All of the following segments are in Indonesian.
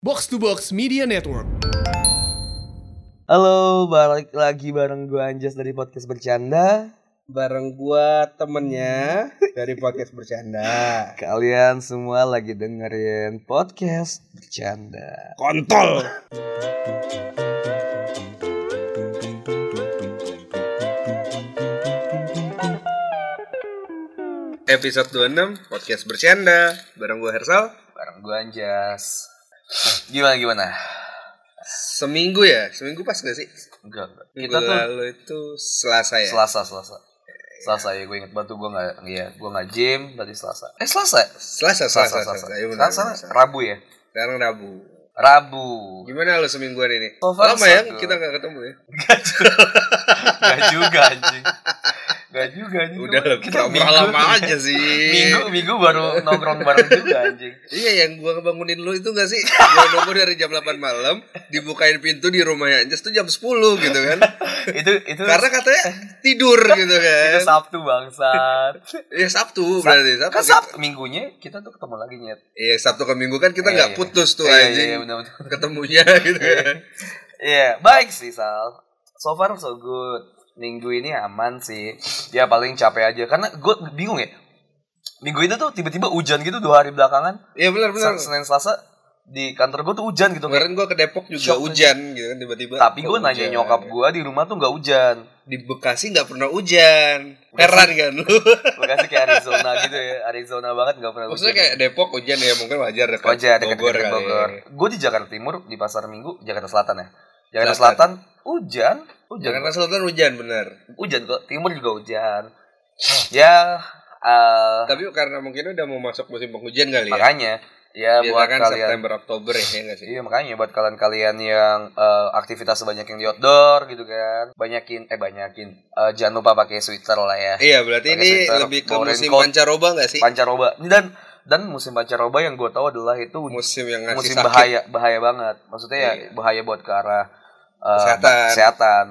Box to Box Media Network. Halo, balik lagi bareng gue Anjas dari podcast bercanda. bareng gua temennya dari podcast bercanda Kalian semua lagi dengerin podcast bercanda. kontol episode 26 podcast bercanda bareng gua Hersal Bareng gue Anjas. Gimana gimana? seminggu ya seminggu pas gak sih Enggak, enggak. minggu Kita tuh lalu itu Selasa ya Selasa, Selasa. Iya. Selasa ya, gue inget banget tuh gue nggak, ya gue nggak gym, tadi Selasa. Eh Selasa, Selasa Selasa Selasa, Iya, benar, Selasa, benar, Selasa. Rabu ya, sekarang Rabu Rabu. gimana lo semingguan ini So far, lama ya so good. kita gak ketemu ya Gak juga anjing, gak juga anjing. udah lah, Kita berapa lama aja sih Minggu minggu baru nongkrong bareng juga anjing. Iya yang gua ngebangunin lu itu gak sih? Gua nunggu dari jam 8 malam, dibukain pintu di rumahnya Anjas tuh jam 10 gitu kan. itu itu Karena kan- katanya tidur gitu itu kan. Sabtu bangsat. Iya Sabtu Iya, berarti. Sabtu. gitu. kan Sabtu minggunya kita tuh ketemu lagi nyet. Iya Sabtu ke Minggu kan kita Iya, nggak iya. putus tuh Iya, iya, anjing. Iya, benar benar. Ketemunya gitu kan. Iya, baik sih Sal. So far so good. Minggu ini aman sih. Ya paling capek aja karena gue bingung ya. Minggu itu tuh tiba-tiba hujan gitu dua hari belakangan. Iya benar benar. Sa- Senin Selasa di kantor gue tuh hujan gitu kayak. Kemarin gua ke Depok juga Shock aja. hujan gitu kan tiba-tiba. Tapi gue Oh, nanya hujan. nyokap gue di rumah tuh nggak hujan. di Bekasi nggak pernah hujan. Heran kan lu? Bekasi kayak Arizona gitu ya. Arizona banget nggak pernah Maksudnya hujan. kayak Depok hujan ya mungkin wajar dekat Koja dekat Bogor. kali. ya. Bogor. Gue di Jakarta Timur di Pasar Minggu, Jakarta Selatan ya. Jakarta Selatan, Selatan. hujan, hujan, Jakarta Selatan hujan benar. hujan kok. Timur juga hujan. Ah. ya eh, Tapi karena mungkin udah mau masuk musim penghujan kali ya. makanya ya Biasa buat kan kalian. September Oktober ya, ya nggak sih? Iya makanya buat kalian-kalian yang eh, aktivitas banyak yang di outdoor gitu kan, banyakin eh banyakin Eh, jangan lupa pakai sweater lah ya. Iya, berarti Pakai ini sweater, lebih ke mau musim raincoat. pancaroba nggak sih? Pancaroba dan dan musim pancaroba yang gue tahu adalah itu musim yang ngasih musim sakit. bahaya bahaya banget maksudnya ya Iya. bahaya buat ke arah eh, Kesehatan. kesehatan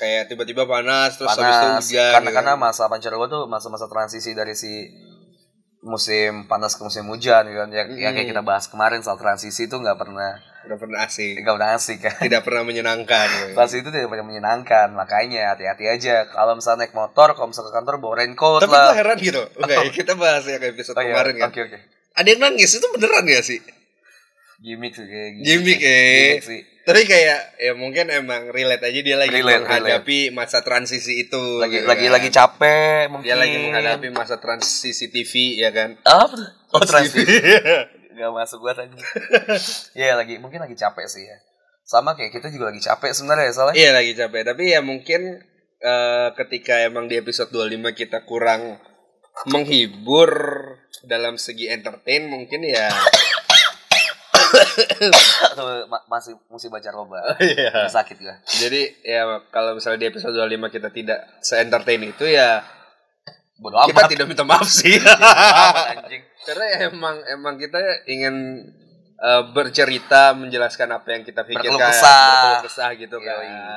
Kayak tiba-tiba panas terus habis itu panas hujan. karena gitu. karena masa pancaroba tuh masa-masa transisi dari si musim panas ke musim hujan gitu kan ya, ya kayak Mm. kita bahas kemarin soal transisi itu nggak pernah udah pernah asik, nggak pernah asik kan tidak pernah menyenangkan. gitu. transisi itu tidak pernah menyenangkan makanya hati-hati aja kalau misalnya naik motor kalau misalnya ke kantor bawa raincoat Tapi lah gue heran gitu. Oke, kita bahas yang episode Oh, iya. kemarin kan. oke oke Ada yang nangis itu beneran ya sih? gimmick sih kayak gimmick. Gimmick eh. Gimmick sih Tapi kayak ya mungkin emang relate aja dia lagi Relate, menghadapi masa transisi itu. lagi gitu lagi kan. lagi capek mungkin dia lagi menghadapi masa transisi TV ya kan. apa tuh? oh transisi Iya. nggak masuk gua tadi ya lagi mungkin lagi capek sih ya sama kayak kita juga lagi capek sebenarnya ya, soalnya Iya lagi capek, tapi ya mungkin eh, ketika emang di episode 25 kita kurang menghibur dalam segi entertain mungkin ya. Tuh, ma- masih musim baca loba Iya. sakit gua Jadi ya kalau misalnya di episode 25 kita tidak se-entertain itu ya bodo amat kita tidak minta maaf sih. amat anjing Karena ya emang emang kita ingin eh, bercerita menjelaskan apa yang kita pikirkan, Berkeluh kesah. berkeluh kesah gitu Iya, kan. iya.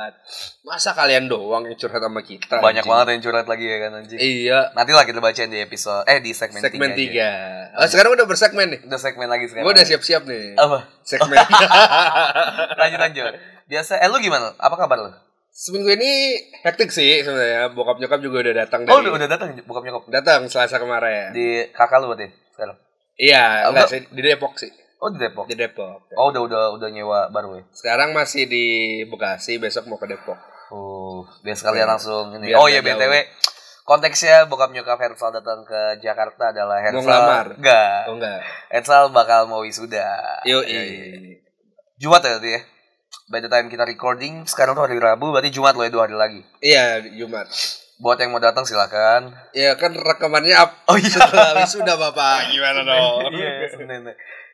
Masa kalian doang yang curhat sama kita? banyak anjing? banget yang curhat lagi ya kan anjing Iya, nanti lah kita bacain di episode eh di segmen, segmen tiga aja. 3. Oh, sekarang udah bersegmen nih. udah segmen lagi sekarang Gue udah siap-siap nih. apa Oh. Segmen. lanjut lanjut biasa eh lu gimana apa kabar lu Seminggu ini hektik sih sebenarnya. Bokap nyokap juga udah datang oh dari udah, udah datang bokap nyokap datang Selasa kemarin. di kakak lu berarti sekarang Iya, Oh, enggak. enggak sih di Depok sih. oh di Depok Di Depok. oh udah udah udah nyewa baru ya Sekarang masih di Bekasi, besok mau ke Depok. Oh, biar sekalian Biar- langsung ini. biar oh iya nggak BTW konteksnya bokap nyokap Hersal datang ke Jakarta adalah Hersal ngelamar? Enggak. Oh enggak. Hersal bakal mau wisuda. Yo, Yoi. Jumat ya tadi ya. By the time kita recording sekarang tuh hari Rabu berarti Jumat loh ya dua hari lagi. Iya, Jumat. Buat yang mau datang silakan. Ya kan rekamannya up. Oh iya. Setelah sudah Bapak. Ah, Gimana dong? Iya, Senin.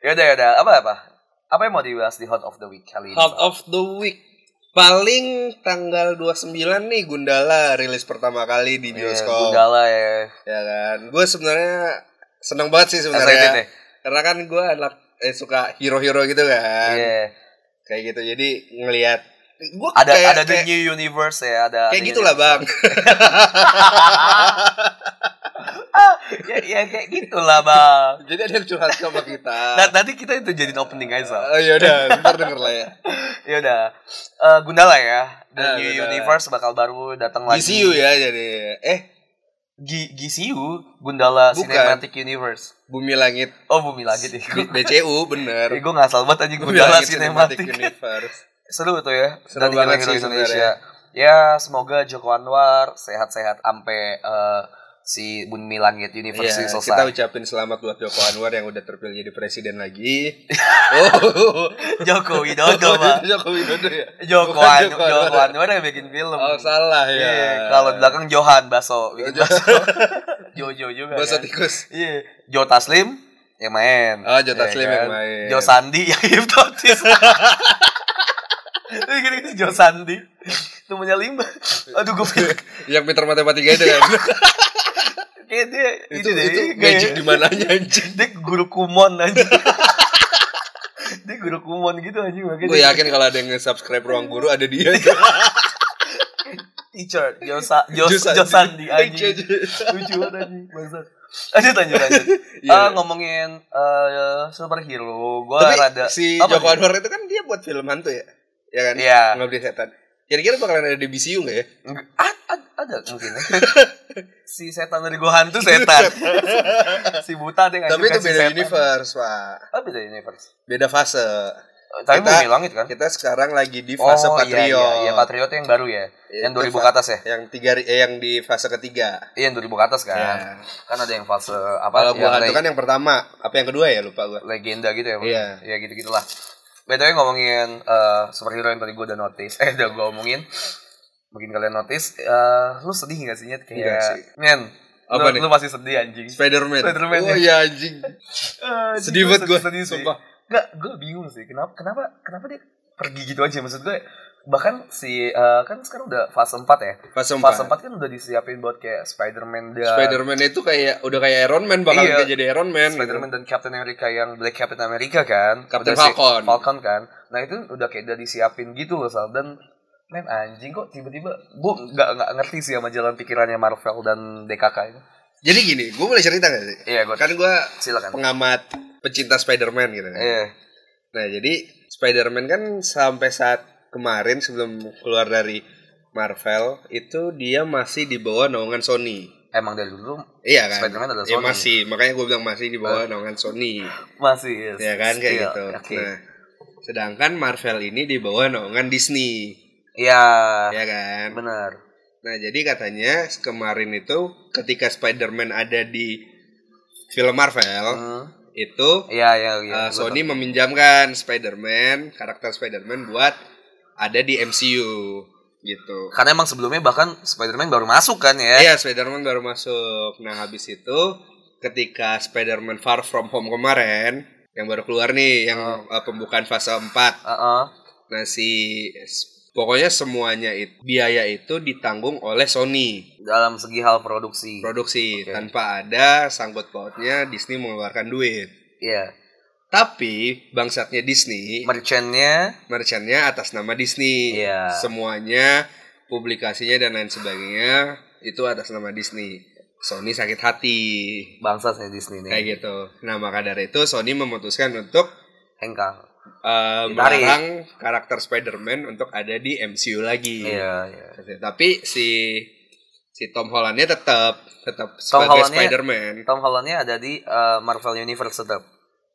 Ya udah ya udah apa apa? Apa yang mau dibahas di Hot of the Week kali ini? Out of the week. Paling tanggal 29 nih Gundala rilis pertama kali di Iya, bioskop. Gundala ya. ya kan gue sebenarnya senang banget sih Excited ya? sebenarnya karena kan gue anak eh, suka hero-hero gitu kan Iya. kayak gitu jadi ngelihat gue Ada kayak, gitu ada the kayak, new universe ya, ada kayak ada gitulah bang ya, ya kayak gitulah bang. Jadi ada yang curhat sama kita. Nah, nanti kita itu jadiin opening aja. Sal. Oh ya udah, ntar denger lah ya. Ya udah. Eh, Gundala ya. Ah, The New Gundala. Universe bakal baru datang lagi. DCU ya jadi. Eh, G- GCU, Gundala Bukan. Cinematic Universe. Bumi Langit Oh, Bumi Langit ya. B- BCU bener. gue nggak salah banget anjing Bumi Gundala Langit Cinematic. Universe. Seru tuh ya. Seru banget hero-hero sih Indonesia. Ya, semoga Joko Anwar sehat-sehat sampai eh, si Bumi Langit Universe ini Iya, kita selesai. ucapin selamat buat Joko Anwar yang udah terpilih jadi presiden lagi. oh, Joko Widodo, Pak. Joko Widodo ya. Joko Bukan Anwar, Joko Joko Anwar. Anwar yang bikin film. Oh salah ya. Iya, kalau di belakang Johan Baso, bikin Baso. Jojo juga. bahasa kan? tikus. Iya, Jo Taslim yang main. Oh, Iya Jo Taslim yang main. Jo Sandi yang hipnotis. Ini gini gini, Jo Sandi. Temennya Limba. Iya. Aduh, gue pikir Yang pintar matematika itu kan. kayak Iya, dia itu deh, itu Iya, kayak- magic di mananya anjing. Dia guru kumon aja. dia guru kumon gitu aja makanya. Gue dia- yakin kalau ada yang subscribe ruang guru ada dia. Teacher, Jo, Sa- Jo, Jo Sandi. Jo Sandi aja. Jo- lucu banget anjing bangsat lanjut lanjut lanjut Iya. Ah, ngomongin eh, superhero gue Tapi rada si apa ya? Joko nih? Anwar itu kan dia buat film hantu ya. Ya kan? Iya. Ngabdi setan. Kira-kira bakalan ada di BCU enggak ya? Nggak- ad- ad- ada mungkin ya. si setan dari gua hantu setan si buta dia Tapi itu ngajukan si beda setan. universe, Pak. oh, beda universe Beda fase. Eh, tapi Kita- bumi langit kan Kita sekarang lagi di fase oh, Patriot. iya, iya, iya patriot yang baru ya Iya, yang itu 2000 ke fa- atas ya Yang tiga eh, yang di fase ketiga. iya yang 2000 ke atas kan Iya. kan ada yang fase apa Kalau yang gua hantu le- kan yang pertama, apa yang kedua ya lupa gua. legenda gitu ya Iya. ya gitu gitulah btw ngomongin eh, superhero yang tadi gue udah notice eh udah gue omongin mungkin kalian notice eh, lu sedih gak sih nyet Enggak sih. kayak men lu, Apa nih? lu masih sedih anjing Spider-Man. Spider-Man ya. oh iya anjing. Ah, Sedih anjing, banget gua gua, sedih sih. sumpah. Enggak, gue bingung sih. Kenapa kenapa kenapa dia pergi gitu aja maksud gue? Bahkan si eh, kan sekarang udah fase 4 ya. Fase Fase 4. 4 kan udah disiapin buat kayak Spider-Man dan Spider-Man itu kayak udah kayak Iron Man bakal Iya. kayak jadi Iron Man. gitu. Spider-Man dan Captain America yang Black Captain America kan. Captain Udah si- Falcon. Falcon kan. Nah itu udah kayak udah disiapin gitu loh Sal. Dan men anjing kok tiba-tiba gue nggak nggak ngerti sih sama jalan pikirannya Marvel dan DKK itu. Jadi gini, gue boleh cerita gak sih? Iya gue Kan gue silakan. pengamat pecinta Spider-Man gitu kan. Iya. Nah, jadi Spider-Man kan sampai saat kemarin sebelum keluar dari Marvel itu dia masih di bawah naungan Sony. Emang dari dulu Iya kan? Spider-Man adalah Ya, Sony. masih, makanya gue bilang masih di bawah naungan Sony. masih Ya kan kayak still. gitu. Iya, Oke. Nah, sedangkan Marvel ini di bawah naungan Disney. Iya. Ya kan? Benar. Nah, jadi katanya kemarin itu ketika Spider-Man ada di film Marvel Hmm. itu Iya iya iya. Uh, Gua Sony meminjamkan Spider-Man, karakter Spider-Man buat ada di MCU gitu. tahu. Karena emang sebelumnya bahkan Spider-Man baru masuk kan ya. Iya, Spider-Man baru masuk. Nah, habis itu ketika Spider-Man Far From Home kemarin yang baru keluar nih yang Oh. uh, pembukaan fase 4. Heeh. Nah, si s- pokoknya semuanya itu biaya itu ditanggung oleh Sony Dalam segi hal produksi. produksi Oke. tanpa ada sangkut pautnya Disney mengeluarkan duit. Iya. Tapi bangsatnya Disney Merchantnya merchantnya atas nama Disney. Iya. Semuanya publikasinya dan lain sebagainya itu atas nama Disney. Sony sakit hati bangsa saya Disney nih. kayak gitu. Nah maka dari itu Sony memutuskan untuk Hengkang. uh, Ditarik. melarang karakter Spider-Man untuk ada di MCU lagi. Iya, iya. Tapi si si Tom Hollandnya tetap tetap Tom sebagai Hollandnya- Spider-Man. Tom Hollandnya ada di eh, Marvel Universe tetap.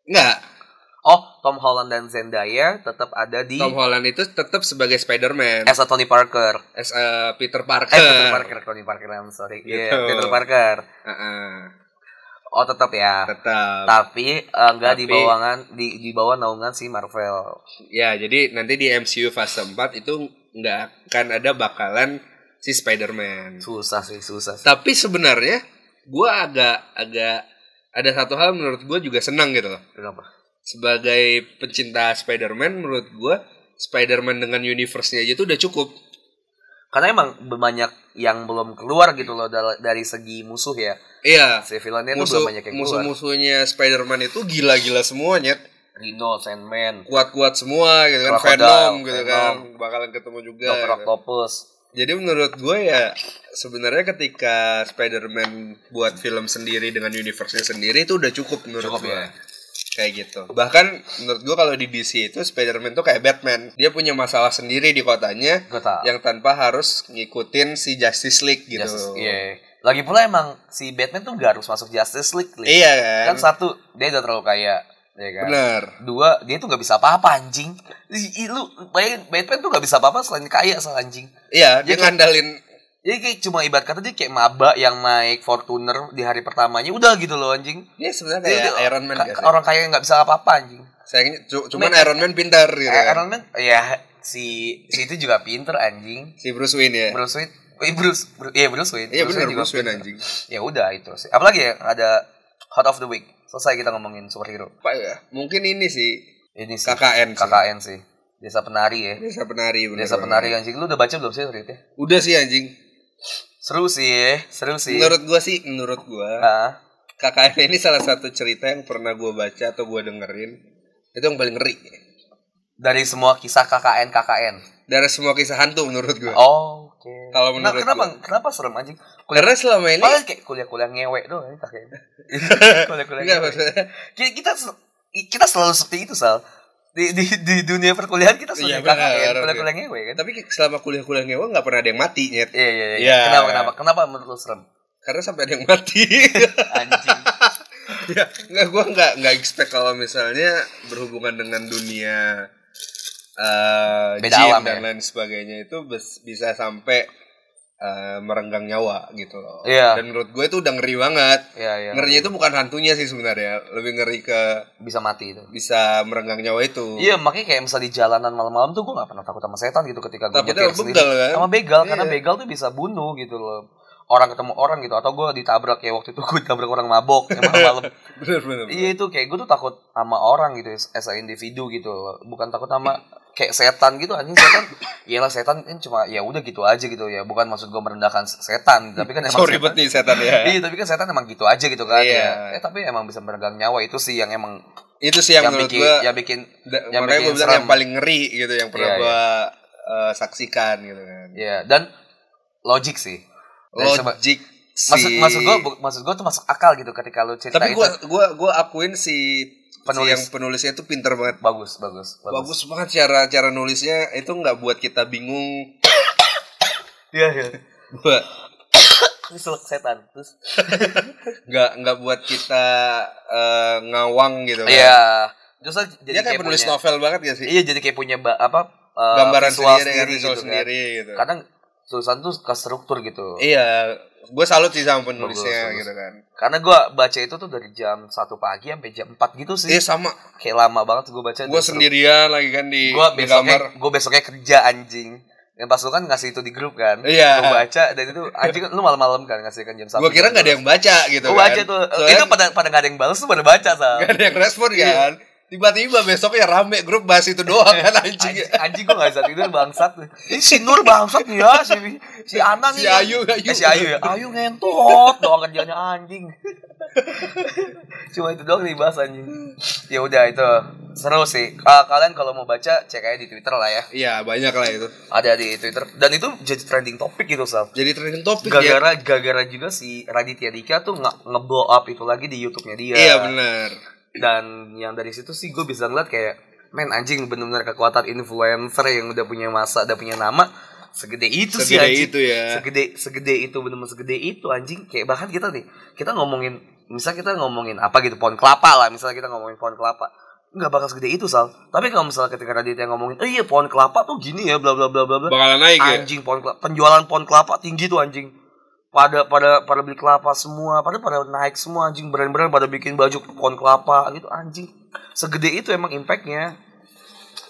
Enggak, Oh, Tom Holland dan Zendaya tetap ada di Tom Holland itu tetap sebagai Spider-Man. as a Tony Parker. As a Peter Eh, Peter Parker. Parker, Tony Parker, I'm sorry. Gitu. Iya, Peter Parker. Ah, Heeh, Oh, tetap ya. tetap. Tapi eh, enggak di Tapi- bawangan di di bawah naungan si Marvel. Ya, jadi nanti di MCU fase 4 itu nggak akan ada bakalan si Spider-Man. Susah sih, susah. sih. Tapi sebenarnya gua agak agak ada satu hal menurut gua juga senang gitu loh. Kenapa? Sebagai pencinta Spider-Man menurut gua Spider-Man dengan universe-nya aja tuh udah cukup. karena emang banyak yang belum keluar gitu loh dal- dari segi musuh ya Iya. si villainnya tuh Musuh belum banyak yang keluar musuh-musuhnya Spider-Man itu gila-gila semuanya, Rhino, Sandman, kuat-kuat semua gitu kan, Crocodile, Venom gitu Venom. kan, bakalan ketemu juga. Dr. Octopus Jadi menurut gue ya sebenarnya ketika Spider-Man buat film sendiri dengan universe-nya sendiri itu udah cukup menurut Cukup, gue. ya. Kayak gitu. Bahkan menurut gue kalau di DC itu Spider-Man tuh kayak Batman. Dia punya masalah sendiri di kotanya Gue tau. yang tanpa harus ngikutin si Justice League gitu. Justice- Iya. Lagi pula emang si Batman tuh gak harus masuk Justice League. Li. Iya Kan kan? satu, dia udah terlalu kaya. Ya kan? Bener. Dua, dia tuh gak bisa apa-apa anjing. Ih, ih, Lu bayangin, Batman tuh gak bisa apa-apa selain kaya soal anjing. Iya, Iya dia kan? ngandalin Jadi kayak cuma ibarat kata dia kayak maba yang naik Fortuner di hari pertamanya. Udah gitu loh anjing. Dia sebenarnya Dia- kayak dia- Iron Man ka- gak sih? Orang kaya yang gak bisa apa-apa anjing. Sayangnya cu- cuman Iron Man pintar gitu. Eh, kan. Iron Man, ya si, si itu juga pinter anjing. Si Bruce Wayne ya. Bruce Wayne, eh, Bruce, Bruce, iya Bruce Wayne. Iya benar Wayne juga Bruce Wayne anjing. ya udah itu sih apalagi ya ada hot of the week selesai kita ngomongin superhero Apa ya? Mungkin ini sih ini sih KKN sih. Iya. KKN sih desa penari ya Desa penari bener desa banget. penari anjing lu udah baca belum sih ceritanya Udah sih anjing. seru sih ya seru sih Menurut gua sih, menurut gua Ah, KKN ini salah satu cerita yang pernah gua baca atau gua dengerin itu yang paling ngeri. dari semua kisah KKN KKN Dari semua kisah hantu menurut gua. oh, oke Iya. Kalau Nah, menurut kenapa gua. kenapa serem anjing Karena selama ini Paling kayak kuliah-kuliah ngewek doang ini KKN kuliah-kuliah enggak ngewek. maksudnya. kita, kita se- kita selalu seperti itu sal di, di, di dunia perkuliahan kita selalu Iya, KKN benar. kuliah-kuliah ngewek kan Tapi selama kuliah-kuliah ngewa nggak pernah ada yang mati nyet. iya iya iya Iya. kenapa kenapa kenapa menurut lu serem Karena sampai ada yang mati. anjing Iya. ya nggak gue nggak nggak expect kalau misalnya berhubungan dengan dunia eh Beda jin alam dan ya? lain sebagainya itu bes- bisa sampai eh, merenggang nyawa gitu loh Iya. dan menurut gue itu udah ngeri banget Iya, iya. ngerinya itu bukan hantunya sih sebenarnya lebih ngeri ke bisa mati itu. Iya. bisa merenggang nyawa itu Iya, makanya kayak misalnya di jalanan malam-malam tuh gue gak pernah takut sama setan gitu ketika gue Takutnya sama begal, kan? Sama begal, karena Iya. begal tuh bisa bunuh gitu loh. Orang ketemu orang gitu, atau gue ditabrak ya waktu itu gue ditabrak orang mabok yang malam-malam. bener bener, bener. iya itu kayak gue tuh takut sama orang gitu, as as a individu gitu loh. Bukan takut sama kayak setan gitu anjing setan iyalah setan kan cuma ya udah gitu aja gitu ya bukan maksud gue merendahkan setan tapi kan emang sorry setan- banget nih setan ya iya tapi kan setan emang gitu aja gitu kan Iya. ya. eh, tapi emang bisa meregang nyawa itu sih yang emang itu sih yang, menurut bikin gue yang bikin yang makanya gue bikin bilang serem. yang paling ngeri gitu yang pernah Iya, gue saksikan gitu kan ya dan logik sih Dari seba- logik sih Eh, maksud maksud gua bu- maksud gua tuh masuk akal gitu ketika lu cerita tapi itu gua gua gua akuin si Penulis. si yang penulisnya itu pinter banget bagus bagus bagus bagus banget cara cara nulisnya itu nggak buat kita bingung iya iya buat Keselak setan terus nggak nggak buat kita eh, ngawang gitu kan. iya justru jadi dia kayak penulis punya, novel banget gak sih iya jadi kayak punya ba- apa eh, gambaran visual sendiri, kan, visual gitu kan. sendiri gitu kadang tulisan tuh ke struktur gitu iya gue salut sih sama penulisnya Bagus, gitu kan karena gua baca itu tuh dari jam 1 pagi sampai jam 4 gitu sih iya sama kayak lama banget gua baca gue dari- sendirian lagi kan di, gue di besoknya kamar gue besoknya kerja anjing dan pas lu kan ngasih itu di grup kan Iya. gue baca dan itu anjing lu malam-malam kan ngasih kan jam satu gue kira nggak ada yang baca gitu gue kan. baca tuh eh, Soalnya itu pada pada nggak ada yang balas tuh pada baca sal Gak ada yang respon Iya. kan Tiba-tiba besoknya rame grup bahas itu doang kan anjing anjing, anjing gue nggak bisa tidur bangsat ini si Nur bangsat nih ya si si Ana Si nih ya. Ayu, Ayu. Eh, si Ayu ya Ayu ngentot doang kerjanya anjing cuma itu doang nih bahas anjing ya udah itu seru sih Ah, kalian kalau mau baca cek aja di Twitter lah ya Iya banyak lah itu ada di Twitter dan itu jadi trending topic gitu sal Jadi trending topik ya gara-gara gara-gara juga si Raditya Dika tuh nge, nge-blow up itu lagi di YouTube-nya dia. Iya benar. Dan yang dari situ sih gue bisa ngeliat kayak men anjing bener-bener kekuatan influencer yang udah punya masa, udah punya nama segede itu sih Segede anjing. itu ya. Segede segede itu bener-bener segede itu anjing. Kayak bahkan kita nih, kita ngomongin misal kita ngomongin apa gitu pohon kelapa lah, misalnya kita ngomongin pohon kelapa nggak bakal segede itu sal tapi kalau misalnya ketika Raditya ngomongin oh iya pohon kelapa tuh gini ya bla bla bla bla bla Bakalan naik ya. anjing pohon kelapa penjualan pohon kelapa tinggi tuh anjing pada pada pada beli kelapa semua pada pada naik semua anjing brand-brand pada bikin baju pohon kelapa gitu anjing segede itu emang impactnya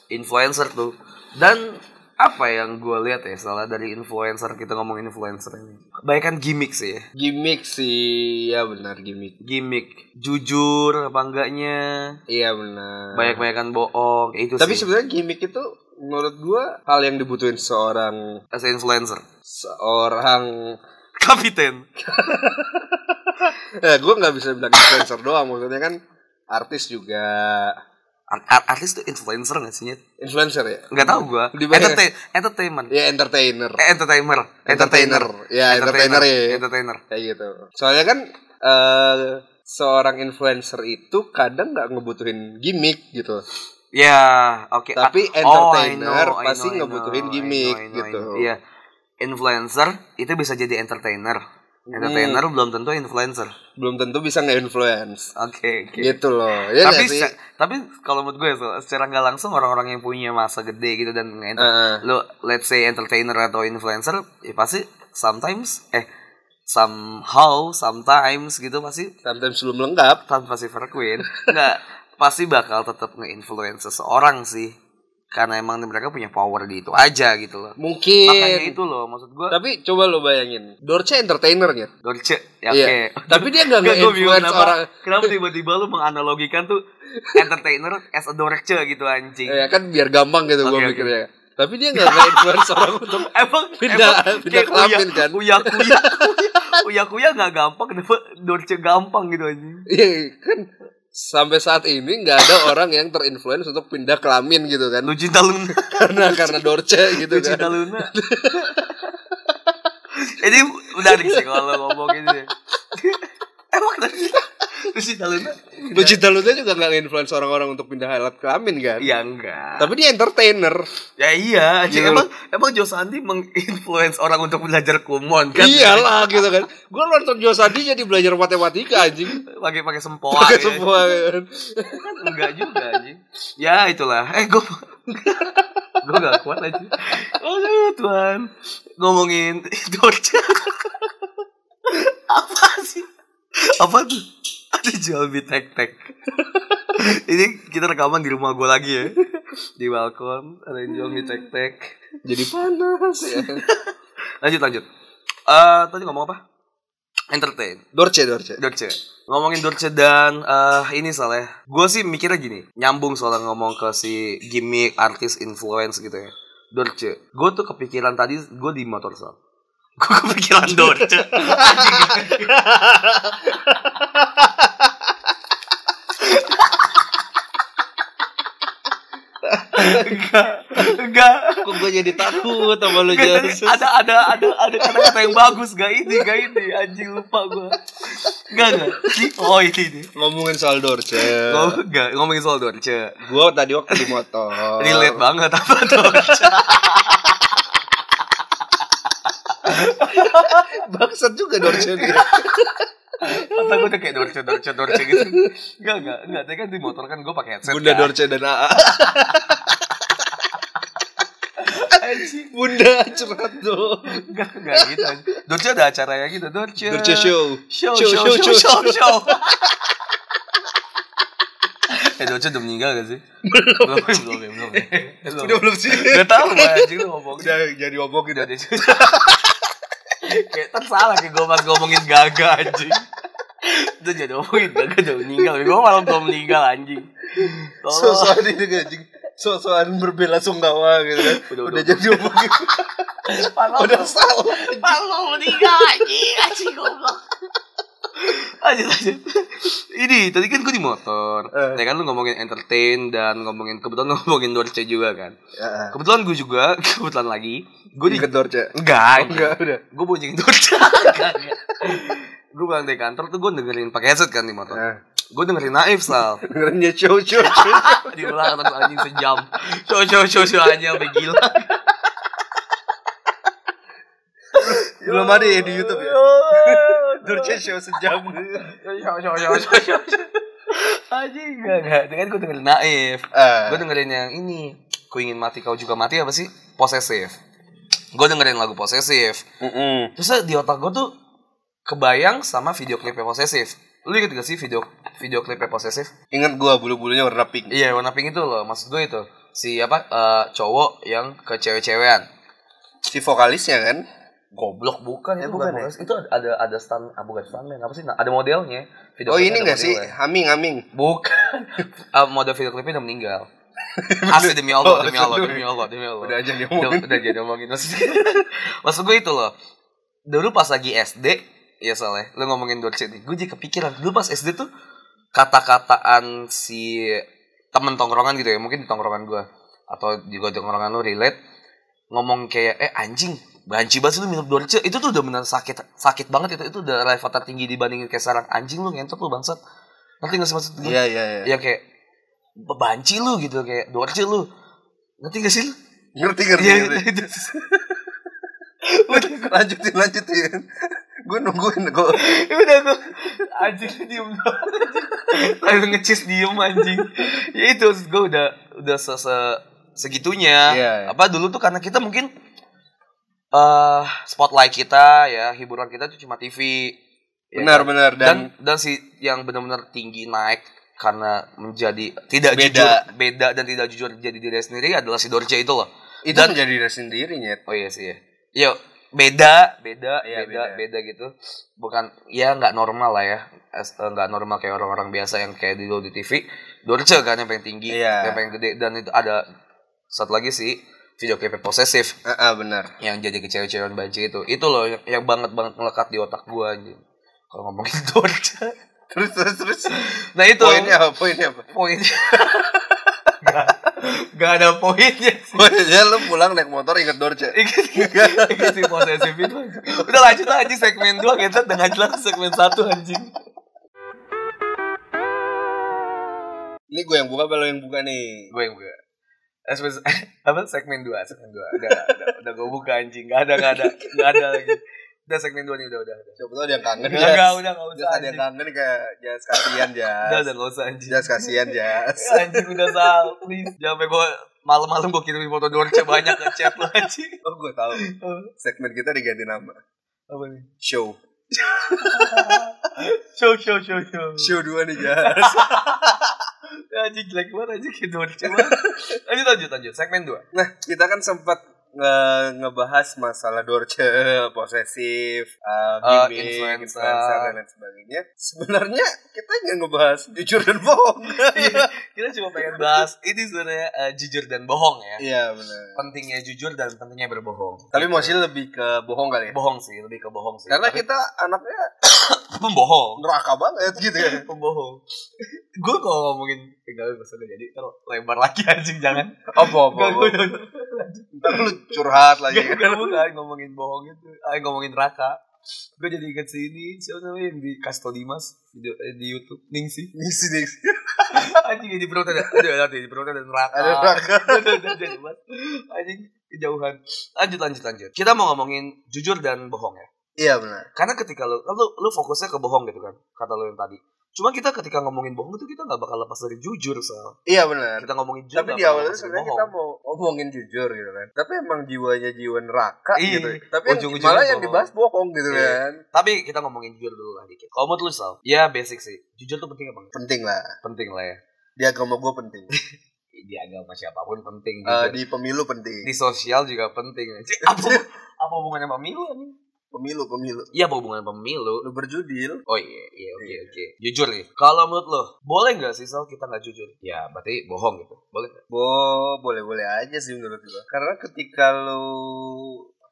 influencer tuh dan apa yang gue lihat ya salah dari influencer kita ngomong influencer ini Kebanyakan gimmick sih ya Gimik sih ya benar gimik. gimmick jujur apa enggaknya Iya benar. banyak banyakan bohong kayak itu Tapi sih sebenarnya gimik itu menurut gua hal yang dibutuhin seorang as a influencer seorang kapiten eh gua nggak bisa bilang influencer doang maksudnya kan artis juga Ar- ar- artis itu influencer nggak sih Nyet? Influencer ya? nggak tahu gua Di mana? Entertain- entertainment Ya entertainer. eh, entertainer Entertainer. Ya, entertainer ya. entertainer Kayak gitu. Soalnya kan eh seorang influencer itu kadang nggak ngebutuhin gimmick gitu. ya oke Ah, oh, Tapi I know, entertainer I know, pasti I know, ngebutuhin I know, I gimmick know, I gitu. know. iya influencer itu bisa jadi entertainer Hmm. entertainer belum tentu influencer Belum tentu bisa nge-influence. oke oke Gitu loh. Ya tapi nggak sih? se- tapi kalau menurut gue so- secara nggak langsung orang-orang yang punya masa gede gitu dan nge- Heeh. lo let's say entertainer atau influencer ya pasti sometimes eh somehow sometimes gitu pasti sometimes belum lengkap. tanpa Silver Queen nggak pasti bakal tetap nge-influence seseorang sih karena emang mereka punya power di itu aja gitu loh Mungkin. makanya itu loh maksud gue Iya, Tapi coba lo bayangin, Dorce entertainernya. Dorce ya Iya. oke Tapi dia nggak Nggak, gua bingung nge-influence kenapa, orang. kenapa tiba-tiba lu menganalogikan tuh entertainer as a Dorce gitu anjing Ya kan biar gampang gitu Oke, gua oke. mikirnya. Tapi dia nggak nge-influence orang untuk Emang Pindah- emang pindah kayak uya- kelamin kan? Uya kuya uya kuya nggak gampang, kenapa Dorce gampang gitu anjing? Iya kan sampai saat ini nggak ada orang yang terinfluence untuk pindah kelamin gitu kan Lu cinta Luna, karena karena dorce gitu lu cinta kan Luna. Ini menarik sih kalau ngomong ini. Emang tadi lu cinta Luna? lu cinta lu juga nggak influence orang-orang untuk pindah alat kelamin kan Ya enggak. tapi dia entertainer Ya iya, anjing. Gitu. emang emang Josandi menginfluence orang untuk belajar kumon kan? iyalah gitu kan gua nonton Josadi jadi belajar matematika anjing Pakai pakai sempoa. Pakai ya. semua kan. Kan enggak juga anjing. Ya itulah. Eh gue gue gak kuat aja. Aduh Tuhan. Ngomongin Dorce. Apa sih? Apa tuh? Ada jual bit tek tek. Ini kita rekaman di rumah gue lagi ya. Di balkon ada yang jual bit tek tek. jadi panas ya. Lanjut lanjut. Eh tadi ngomong apa? Entertain. dorce dorce Dorce. Ngomongin Dorce dan eh, ini soalnya. Gue sih mikirnya gini, nyambung soalnya ngomong ke si gimmick, artis, influence gitu ya. Dorce. Gue tuh kepikiran tadi, gue di motor shop. Gue kepikiran Dorce. Anjing. enggak, enggak. kok gue jadi takut sama lu Enggak, tadi ada ada ada ada kata-kata yang bagus gak ini gak ini anjing lupa gue enggak enggak oh ini nih ngomongin soal dorce Oh, Eh. enggak, ngomongin soal Dorce. gue tadi waktu di motor Relate banget apa Dorce. bangsat juga dorce dia. Kata gue udah kayak Dorce, Dorce, Dorce gitu. Enggak, enggak, enggak. Tadi kan di motor kan gue pakai headset. bunda kan. dorce dan aa Anjing. Bunda curhat dong. Enggak, enggak gitu. anjing. Dorce ada acaranya gitu, Dorce. Dorce show. Show, show, show, show, show. eh, Dorce udah meninggal gak sih? Belum, belum, belum, belum. Udah belum sih? Gak tau, anjing lu ngomong. Udah jadi omongin Iya, Udah, udah. kayak ntar salah kayak gue pas ngomongin Gaga anjing itu jadi ngomongin Gaga udah meninggal gue malah belum meninggal anjing Tolong. Sosokan ini anjing. Sosokan berbela sungkawa gitu kan. Udah, Udah, udah. jadi omongin. Paloh- Udah salah. Paloh meninggal anjing anjing goblok lanjut lanjut ini tadi kan gue di motor Eh. ya kan lu ngomongin entertain dan ngomongin kebetulan ngomongin Dorce juga kan Ya. kebetulan gue juga kebetulan lagi gue di Oh, Ikut Dorce. enggak Enggak udah. gue boncengin Dorce gue pulang dari kantor tuh gue dengerin pakai headset kan di motor Nah, gue dengerin Naif sal dengerinnya show show show. diulang terus anjing sejam show show show show aja sampai gila Belum ada ya di YouTube ya. Dorce show sejam. Ya, show show show show show anjing enggak enggak dengan gue dengerin Naif Ah. gue dengerin yang ini ku ingin mati kau juga mati apa sih posesif gue dengerin lagu posesif Mm-mm. terus di otak gue tuh kebayang sama video klipnya posesif lu inget gak sih video video klipnya posesif Ingat gua bulu-bulunya warna pink. Iya warna pink itu loh maksud gue itu si apa eh, cowok yang ke cewek-cewean Si vokalisnya kan. goblok bukan Ya, itu bukan bukan, ya? model. itu ada ada stand ah, bukan stuntman apa sih ada modelnya Video Oh klipnya ini ada enggak sih? modelnya. Haming haming. bukan Ah, model video klipnya udah meninggal asli demi Oh, Allah demi Allah demi Allah demi Allah Udah aja udah, diomongin. udah jadi omongin maksud maksud gue itu loh dulu pas lagi SD ya soalnya lu ngomongin Dorce nih gue jadi kepikiran dulu pas SD tuh kata-kataan si temen tongkrongan gitu ya mungkin di tongkrongan gue atau juga tongkrongan lu relate ngomong kayak eh anjing banci banget sih lu minum dorce itu tuh udah bener sakit sakit banget itu itu udah level tertinggi dibandingin kayak sarang anjing lu ngentot lu bangsat nanti nggak sih maksud gue Iya, iya, iya. yang kayak banci lu gitu kayak dorce lu ngerti gak sih lu Ngerti, ngerti, Iya, ngerti. itu. lanjutin, lanjutin. gue nungguin, gue. udah gue anjing diem doang lalu ngecis diem anjing ya itu gue udah udah se -se- segitunya Iya, iya. apa dulu tuh karena kita mungkin eh spotlight kita ya hiburan kita tuh cuma TV ya Benar, kan? benar. dan iya. Dan, dan si yang benar-benar tinggi naik karena menjadi tidak Beda. jujur beda dan tidak jujur jadi diri sendiri adalah si Dorce itu loh itu dan- menjadi diri sendiri, Nyet. Oh iya sih ya. Yo, beda, beda, Iya, beda, beda. beda gitu. Bukan ya nggak normal lah ya. As- eh, nggak normal kayak orang-orang biasa yang kayak di dulu di TV. Dorce kan yang pengen tinggi, Iya. yang pengen gede dan itu ada satu lagi sih video klip posesif Ah, ah, benar. yang jadi kecewa-cewaan banci itu. Itu loh yang, yang banget banget melekat di otak gua anjing. Kalau ngomongin Dorce. Terus, terus, terus. Nah itu Poinnya apa? Poinnya apa? poinnya. Nggak- nggak ada poinnya sih. Poinnya lu pulang naik motor inget Dorce. Ikut ikut si posesif itu anjing. Udah lanjut lah, anjing segmen 2 kita dengan jelas segmen 1 anjing. Ini gue yang buka, apa lo yang buka nih? Gue yang buka. Eh, semen- apa segmen 2, segmen 2. Udah udah, udah gue buka anjing. Gak ada gak ada gak ada lagi. Udah segmen 2 nih udah udah. udah. Siapa tau ada yang kangen Gak gak ya. udah gak usah Jas ada anjing. yang kangen ke Jas kasihan Udah Jas. udah gak usah anjing. Jas kasihan Jas. Anjing udah sal, please. Jangan sampai gue malam-malam gue kirimin foto Dorce banyak ke chat lo anjing. Oh gue tahu. Segmen kita diganti nama. Apa nih? Show. Show show show show. Show dua nih Jas. Ya, Anjing jelek banget anjing kayak Dorce banget. Lanjut lanjut lanjut segmen 2. Nah kita kan sempat nge- ngebahas masalah Dorce, posesif, uh, Eh, gimmick, influencer. influencer, dan lain sebagainya. Sebenarnya kita nggak ngebahas jujur dan bohong. Iya, kita cuma pengen bahas ini sebenarnya eh, jujur dan bohong ya Iya benar. pentingnya jujur dan pentingnya berbohong Tapi masih lebih ke bohong kali ya. bohong sih lebih ke bohong sih Karena Tapi kita anaknya pembohong neraka banget gitu ya. pembohong gue kalau ngomongin eh, tinggal masalah jadi kalau lebar lagi anjing jangan Apa Iya, apa. Gak, apa. gua udah- Ntar lu curhat lagi. Gak, gak, bukan ngomongin bohong itu ah ngomongin neraka gue jadi inget si ini siapa namanya yang di Kasto Dimas di, eh, di YouTube Ning sih Ngisi nih. anjing di perut ada ada ada di perut ada neraka Ada neraka. Udah, udah, udah, udah. anjing kejauhan lanjut lanjut lanjut kita mau ngomongin jujur dan bohong ya Iya benar. karena ketika lu kan lu, lu fokusnya ke bohong gitu kan kata lu yang tadi cuma kita ketika ngomongin bohong itu kita nggak bakal lepas dari jujur so Iya benar. kita ngomongin jujur nggak Tapi di bakal awalnya lepas dari sebenarnya bohong. kita mau ngomongin jujur gitu kan. Tapi emang jiwanya jiwa neraka Iya. gitu. Tapi yang- Ujung-ujungnya malah yang bohong. dibahas bohong gitu Iya. kan. tapi kita ngomongin jujur dulu lah dikit kalau menurut lu Sal, ya basic sih jujur tuh penting apa enggak? Penting lah. penting lah ya Di agama gue penting. Iya. di agama siapapun penting Eh, jujur. di pemilu penting. di sosial juga penting Cik, apa apa hubungannya pemilu anjing? Pemilu pemilu. Iya apa hubungannya pemilu Lu berjudil. Oh iya, iya oke Iya. oke. Jujur nih. Kalau menurut lo, boleh nggak sih Sal kita nggak jujur? Ya berarti bohong gitu. Boleh nggak? Bo, boleh-boleh aja sih menurut gue. Karena ketika lu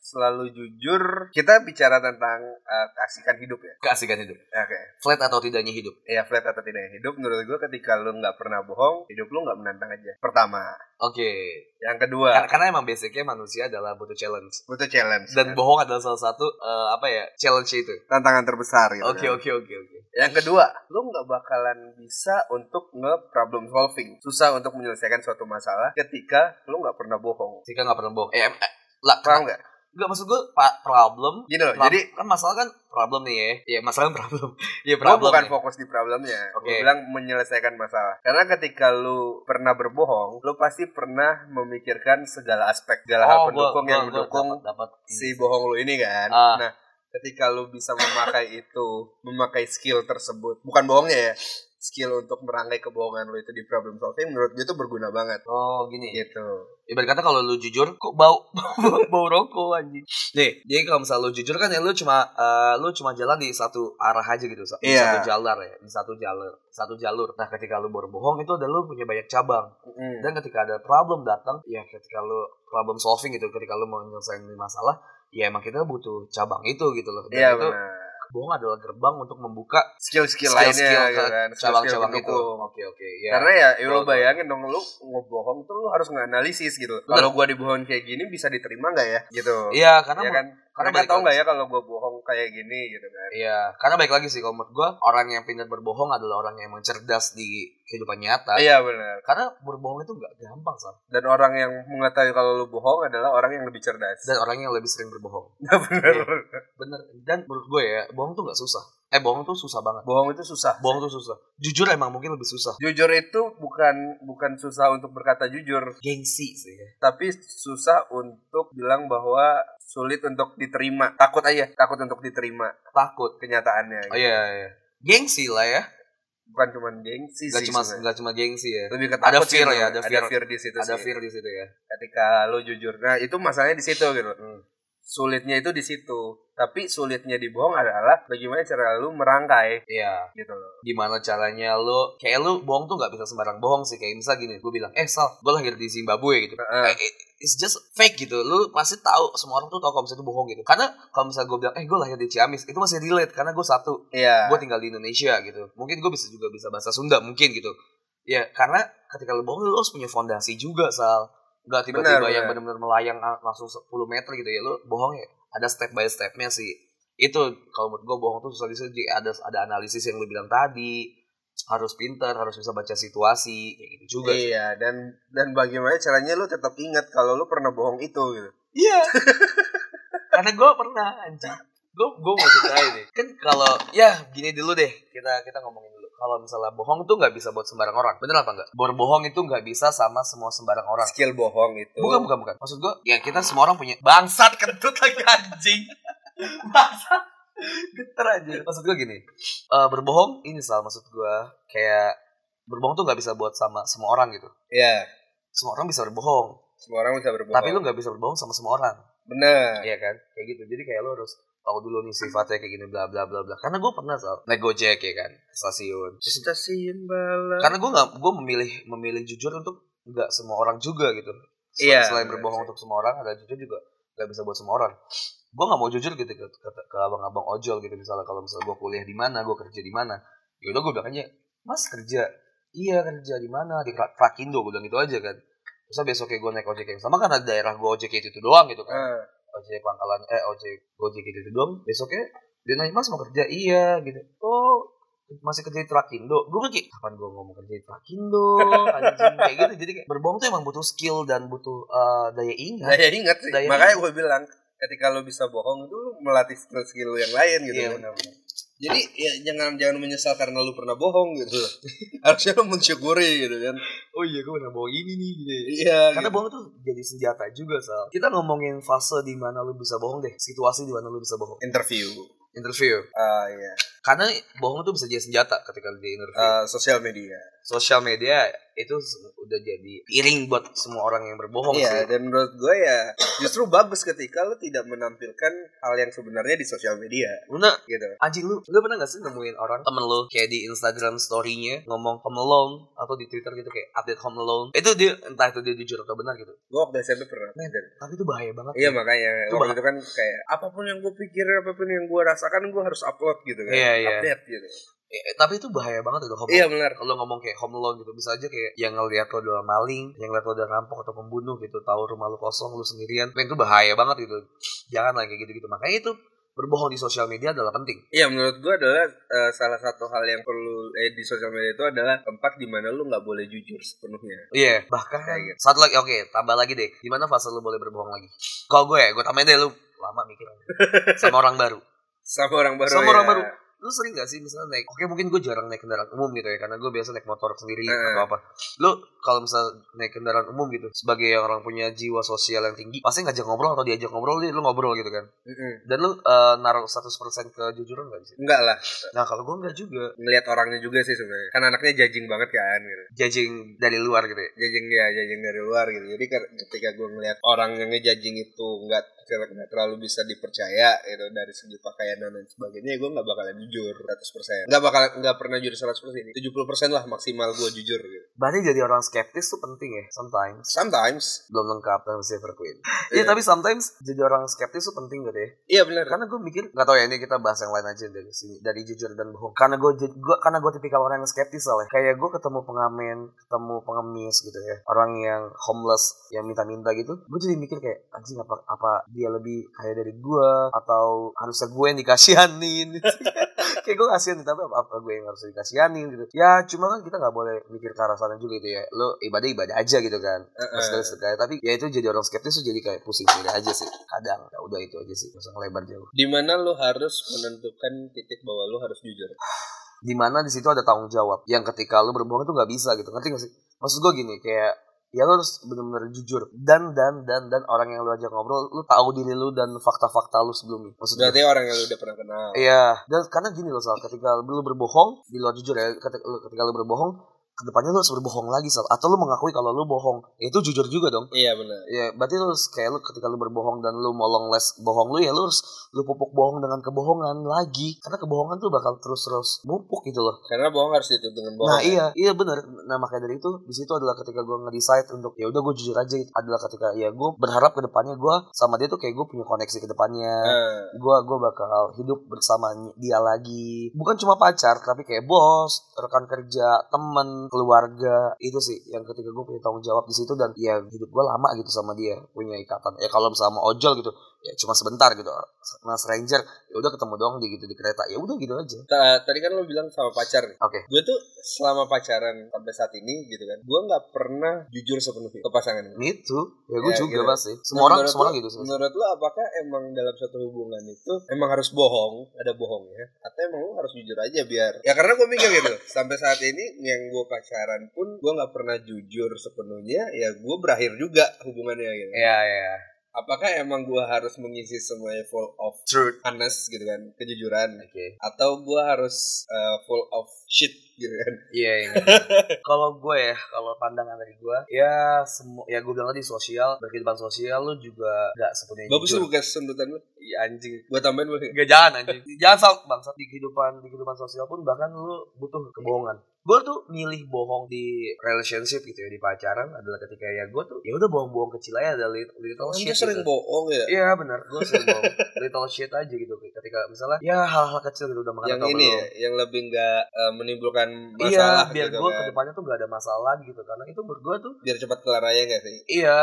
selalu jujur, kita bicara tentang eh, kasihkan hidup ya. Keasikan hidup. Oke. Flat atau tidaknya hidup. ya flat atau tidak hidup menurut gue ketika lu nggak pernah bohong hidup lu nggak menantang aja pertama Oke. yang Karena, kedua karena emang basicnya manusia adalah butuh challenge. butuh challenge Dan bohong adalah salah satu eh, apa ya challenge itu. tantangan terbesar gitu Oke kan. oke oke oke. yang kedua lu nggak bakalan bisa untuk nge problem solving susah untuk menyelesaikan suatu masalah ketika lu nggak pernah bohong Jika nggak pernah bohong. Eh, em- eh, lah paham nggak Nggak maksud gue pa- problem. gini loh Problem- jadi kan masalah kan problem nih ya. Iya masalah kan problem. Iya Gue problem. bukan nih. fokus di problemnya, Oke. Gua bilang menyelesaikan masalah. Karena ketika lu pernah berbohong, lu pasti pernah memikirkan segala aspek, segala hal Oh, gua- pendukung gua- yang gua mendukung dapat, dapat si bohong lu ini kan. Ah. Nah, ketika lu bisa memakai itu, memakai skill tersebut, bukan bohongnya ya, skill untuk merangkai kebohongan lu itu di problem solving, menurut gue itu berguna banget. Oh gini. Gitu. Ibarat kata kalau lu jujur kok bau bau, bau rokok anjing. Nih, jadi kalau misal lu jujur kan ya lu cuma eh, lu cuma jalan di satu arah aja gitu, sa- di satu Iya. jalur ya, di satu jalur, satu jalur. Nah, ketika lu berbohong itu ada lu punya banyak cabang. Dan ketika ada problem datang, ya ketika lu problem solving gitu, ketika lu mau menyelesaikan masalah, ya emang kita butuh cabang itu gitu loh. Dan Iya itu benar. bohong adalah gerbang untuk membuka skill-skill skill-skill lainnya ke gitu kan skill-skill cabang-cabang itu. pendukung. Oke oke. iya. Ya. Karena ya, ya lo Betul, bayangin dong lu ngebohong tuh lu harus nganalisis gitu. Kalau gua dibohongin kayak gini bisa diterima nggak ya? Gitu. Iya, karena ya kan? Karena karena dia balik tahu lagi nggak ya kalau gua bohong kayak gini gitu kan. Iya, karena baik lagi sih kalau menurut gue orang yang pintar berbohong adalah orang yang emang cerdas di kehidupan nyata. Iya benar. Karena berbohong itu nggak gampang Sam. Dan orang yang mengetahui kalau lu bohong adalah orang yang lebih cerdas. Dan iya. orang yang lebih sering berbohong. Nah, benar. Bener. Dan menurut gue ya, bohong tuh nggak susah. Eh, bohong tuh susah banget. Bohong itu susah. Bohong tuh susah. Jujur emang mungkin lebih susah. Jujur itu bukan bukan susah untuk berkata jujur, Gengsi sih. ya. tapi susah untuk bilang bahwa sulit untuk diterima. Takut aja, takut untuk diterima Takut. Oh kenyataannya. iya, iya. Gengsi lah ya. Bukan cuma gengsi Gak sih. cuma sebenarnya. nggak cuma gengsi ya. lebih ke Ada takut sih fear itu. ya, ada fear. di situ Ada sih. fear di situ ya. ketika lo jujur nah itu masalahnya di situ gitu Hmm. sulitnya itu di situ tapi sulitnya dibohong adalah bagaimana cara lu merangkai Iya. gitu loh gimana caranya lo kayak lo bohong tuh nggak bisa sembarang bohong sih kayak misal gini gue bilang eh sal gue lahir di Zimbabwe gitu Eh, Heeh. eh, it's just fake gitu lo pasti tahu semua orang tuh tahu kalau misalnya itu bohong gitu karena kalau misalnya gue bilang eh gue lahir di Ciamis itu masih relate karena gue satu iya gue tinggal di Indonesia gitu mungkin gue bisa juga bisa bahasa Sunda mungkin gitu ya karena ketika lo bohong lo harus punya fondasi juga sal nggak tiba-tiba Benar, yang benar. benar-benar melayang ah, langsung 10 meter gitu ya lo bohong ya ada step by stepnya sih itu kalau menurut gue bohong tuh susah disaji ada ada analisis yang lo bilang tadi harus pintar harus bisa baca situasi kayak gitu juga sih. iya dan dan bagaimana caranya lu tetap ingat kalau lu pernah bohong itu gitu Iya. Karena gue pernah anjing. Gue gue mau ceritain nih. Kan kalau ya gini dulu deh kita kita ngomongin dulu. Kalau misalnya bohong tuh nggak bisa buat sembarang orang. Bener apa enggak? Berbohong itu nggak bisa sama semua sembarang orang. skill bohong itu Bukan bukan bukan. Maksud gue ya kita semua orang punya bangsat kentut lagi anjing. Bangsat. Geter aja. Maksud gue gini. eh, berbohong ini salah maksud gue kayak berbohong tuh nggak bisa buat sama semua orang gitu. iya Semua orang bisa berbohong, semua orang bisa berbohong tapi lu nggak bisa berbohong sama semua orang. bener Iya kan? Kayak gitu. Jadi kayak lo harus tahu dulu nih sifatnya kayak gini bla bla bla bla. Karena gue pernah soal naik gojek ya kan ke stasiun. Terus- stasiun balap Karena gue nggak gue memilih memilih jujur untuk nggak semua orang juga gitu. Sel- Iya. Selain berbohong untuk semua orang, ada jujur juga nggak bisa buat semua orang. Gue nggak mau jujur gitu ke, ke, ke abang-abang ojol gitu misalnya kalau misalnya gue kuliah di mana, gue kerja di mana. Ya udah gue bilang aja, Mas kerja, iya kerja di mana di Pra- Prakindo gue bilang gitu aja kan. Terus besoknya gue naik ojek yang sama kan ada daerah gue ojek itu, itu doang gitu kan Eh, ojek pangkalan eh ojek gojek gitu itu doang besoknya dia nanya mas mau kerja iya gitu oh masih kerja di Trakindo gue bilang kayak kapan gue ngomong kerja di Trakindo anjing kayak gitu jadi kayak berbohong tuh emang butuh skill dan butuh eh, daya ingat daya ingat sih Daya makanya gue bilang ketika lu bisa bohong itu lu melatih skill-skill lu yang lain gitu Iya, bener. jadi ya jangan jangan menyesal karena lu pernah bohong gitu harusnya lu mensyukuri gitu kan oh iya gue pernah bohong ini nih gitu Iya. karena gitu. bohong tuh jadi senjata juga sal kita ngomongin fase di mana lu bisa bohong deh situasi di mana lu bisa bohong interview. interview Ah iya. karena bohong tuh bisa jadi senjata ketika di interview Ah, sosial media. sosial media itu se- udah jadi piring buat semua orang yang berbohong Iya. sih Dan menurut gue ya justru bagus ketika lu tidak menampilkan hal yang sebenarnya di sosial media Bener, gitu. Anjing lu, lu pernah gak sih nemuin orang temen lu kayak di Instagram story-nya ngomong home alone atau di Twitter gitu kayak update home alone. Itu dia entah itu dia jujur atau benar gitu. Gue waktu SMP pernah. Men. Dan- Tapi itu bahaya banget. Iya ya. makanya Itu waktu itu kan kayak apapun yang gue pikirin apapun yang gue rasakan gue harus upload gitu kan. Iya, iya. Update gitu. Eh, eh, tapi itu bahaya banget itu home Iya alone. benar. Kalau ngomong kayak home alone gitu bisa aja kayak yang ngeliat lo adalah maling, yang ngeliat lo adalah rampok atau pembunuh gitu, tahu rumah lu kosong, lu sendirian. Men, itu bahaya banget gitu. Jangan lagi gitu-gitu. Makanya itu berbohong di sosial media adalah penting. Iya menurut gue adalah eh, salah satu hal yang perlu eh, di sosial media itu adalah tempat di mana lu nggak boleh jujur sepenuhnya. Iya, bahkan Kayak gitu. satu lagi, oke, tambah lagi deh. Gimana fase lu boleh berbohong lagi? Kalau gue, ya, gue tambahin deh lu lama mikir sama orang baru. Sama orang baru. Sama ya. orang baru. Lu sering gak sih misalnya naik? Oke, mungkin gue jarang naik kendaraan umum gitu ya, karena gue biasa naik motor sendiri Eh. atau apa. Lu kalau misalnya naik kendaraan umum gitu, sebagai orang punya jiwa sosial yang tinggi, pasti ngajak ngobrol atau diajak ngobrol, lu ngobrol gitu kan. Mm-mm. Dan lu eh, naruh 100% kejujuran gak sih? Enggak lah. Nah, kalau gue nggak juga. ngelihat orangnya juga sih sebenarnya kan anaknya jajing banget kan gitu. Judging dari luar gitu ya. jajing ya jajing dari luar gitu jadi ke- ketika gue ngelihat orang yang ngejajing itu nggak nggak terlalu bisa dipercaya gitu dari segi pakaian dan lain sebagainya gue nggak bakalan jujur 100%. Enggak bakal enggak pernah jujur 100%. 70% lah maksimal gua jujur gitu. Berarti jadi orang skeptis tuh penting ya, sometimes. Sometimes. Belum lengkap dalam Silver Queen. Iya. Iya, tapi sometimes jadi orang skeptis tuh penting gitu ya. Iya benar. Karena gue mikir, gak tau ya ini kita bahas yang lain aja dari sini, dari jujur dan bohong. Karena gue, ju- gua- karena gue tipikal orang yang skeptis lah. ya. Kayak gue ketemu pengamen, ketemu pengemis gitu ya, orang yang homeless, yang minta-minta gitu. Gue jadi mikir kayak, anjing apa, apa dia lebih kaya dari gue atau harusnya gue yang dikasihanin. kayak gue kasihan nih, tapi apa, apa gue yang harus dikasihanin gitu. Ya cuma kan kita nggak boleh mikir ke arah sana juga gitu ya. Lo ibadah ibadah aja gitu kan. Eh. Maksudnya sedekah. Tapi ya itu jadi orang skeptis tuh jadi kayak pusing sendiri aja sih. Kadang. Ya udah itu aja sih. Gak usah lebar jauh. Di mana lu harus menentukan titik bahwa lu harus jujur. dimana di situ ada tanggung jawab yang ketika lu berbohong itu nggak bisa gitu ngerti gak sih maksud gue gini kayak ya lu harus bener-bener jujur dan dan dan dan orang yang lu ajak ngobrol lu tahu diri lu dan fakta-fakta lu sebelumnya maksudnya Berarti orang yang lu udah pernah kenal. iya dan karena gini loh Sal ketika lu berbohong di luar jujur ya ketika lu, ketika lu berbohong kedepannya lu harus berbohong lagi Sal atau lu mengakui kalau lu bohong Ya, itu jujur juga dong Iya benar. ya berarti lu harus- kayak lu ketika lu berbohong dan lu mau long last bohong lu ya lu harus lu pupuk bohong dengan kebohongan lagi karena kebohongan tuh bakal terus-terus mupuk gitu loh Karena bohong harus ditutup dengan bohong. Nah iya iya benar. Nah makanya dari itu di situ adalah ketika gue ngedesain untuk ya udah gue jujur aja gitu. adalah ketika ya gue berharap ke depannya gue sama dia tuh kayak gue punya koneksi ke depannya. Nah, Gue gue bakal hidup bersama dia lagi. Bukan cuma pacar tapi kayak bos, rekan kerja, temen, keluarga itu sih yang ketika gue punya tanggung jawab di situ dan ya hidup gue lama gitu sama dia punya ikatan. Ya kalau sama ojol gitu ya cuma sebentar gitu. Mas Ranger ya udah ketemu doang di gitu di kereta ya udah gitu aja. ta- tadi kan lu bilang sama pacar nih. Oke. Gue tuh selama pacaran sampai saat ini gitu kan, gue nggak pernah jujur sepenuhnya ke pasangan gue. Gitu. Ya gue Ya, juga gitu. pasti. Nah, Semua orang menurut semua orang lu- gitu. sih. Menurut lo apakah emang dalam satu hubungan itu emang harus bohong, ada bohongnya, atau emang lo harus jujur aja biar? Ya karena gue mikir gitu, sampai saat ini yang gue pacaran pun gue nggak pernah jujur sepenuhnya, ya gue berakhir juga hubungannya gitu. Iya, iya. Apakah emang gue harus mengisi semuanya full of Truth. honest gitu kan, kejujuran, Oke. atau gue harus eh, full of shit gitu kan? Iya, iya. kalau gue ya, kalau pandangan dari gue, ya semua ya gue bilang tadi sosial, berkehidupan sosial lu juga gak sepenuhnya Bagus tuh jujur. bukan sundutan lo, Iya, anjing. gue tambahin boleh. Gak jangan anjing. jangan sok bangsat di kehidupan di kehidupan sosial pun bahkan lu butuh kebohongan. Gue tuh milih bohong di relationship gitu ya di pacaran adalah ketika ya gue tuh ya udah bohong-bohong kecil aja ada little, little Kan shit dia sering gitu. bohong ya. Iya benar, gue sering bohong little shit aja gitu ketika misalnya ya hal-hal kecil gitu udah makan yang atau belum. ini ya, yang lebih nggak eh, menimbulkan Iya, masalah biar gitu gue kan. kedepannya tuh gak ada masalah gitu karena itu menurut gue tuh biar cepat kelar aja nggak sih iya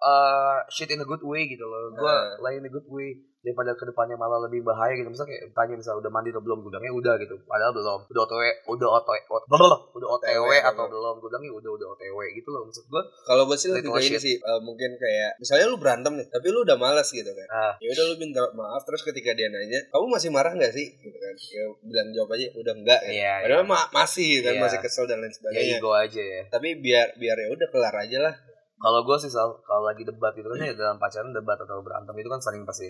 eh, shit in a good way gitu loh. Gue Nah. lain in a good way daripada kedepannya malah lebih bahaya gitu. Misalnya kayak tanya misalnya udah mandi atau belum, gue bilangnya udah gitu. Padahal belum. Udah otw, udah otw, belum. Udah otw atau belum, gue bilangnya udah udah otw gitu loh. Maksud gue, kalau gue sih lebih Little ke ini oh, shit. sih eh, mungkin kayak misalnya lu berantem nih tapi lu udah malas gitu kan Ah. ya udah lu minta maaf terus ketika dia nanya kamu masih marah nggak sih gitu kan ya bilang jawab aja udah enggak ya Iya, padahal ma- masih kan Iya. masih kesel dan lain ya sebagainya ego aja ya. tapi biar biar ya udah kelar aja lah Kalau gue sih Sal, kalau lagi debat gitu kan ya dalam pacaran debat atau berantem itu kan sering pasti.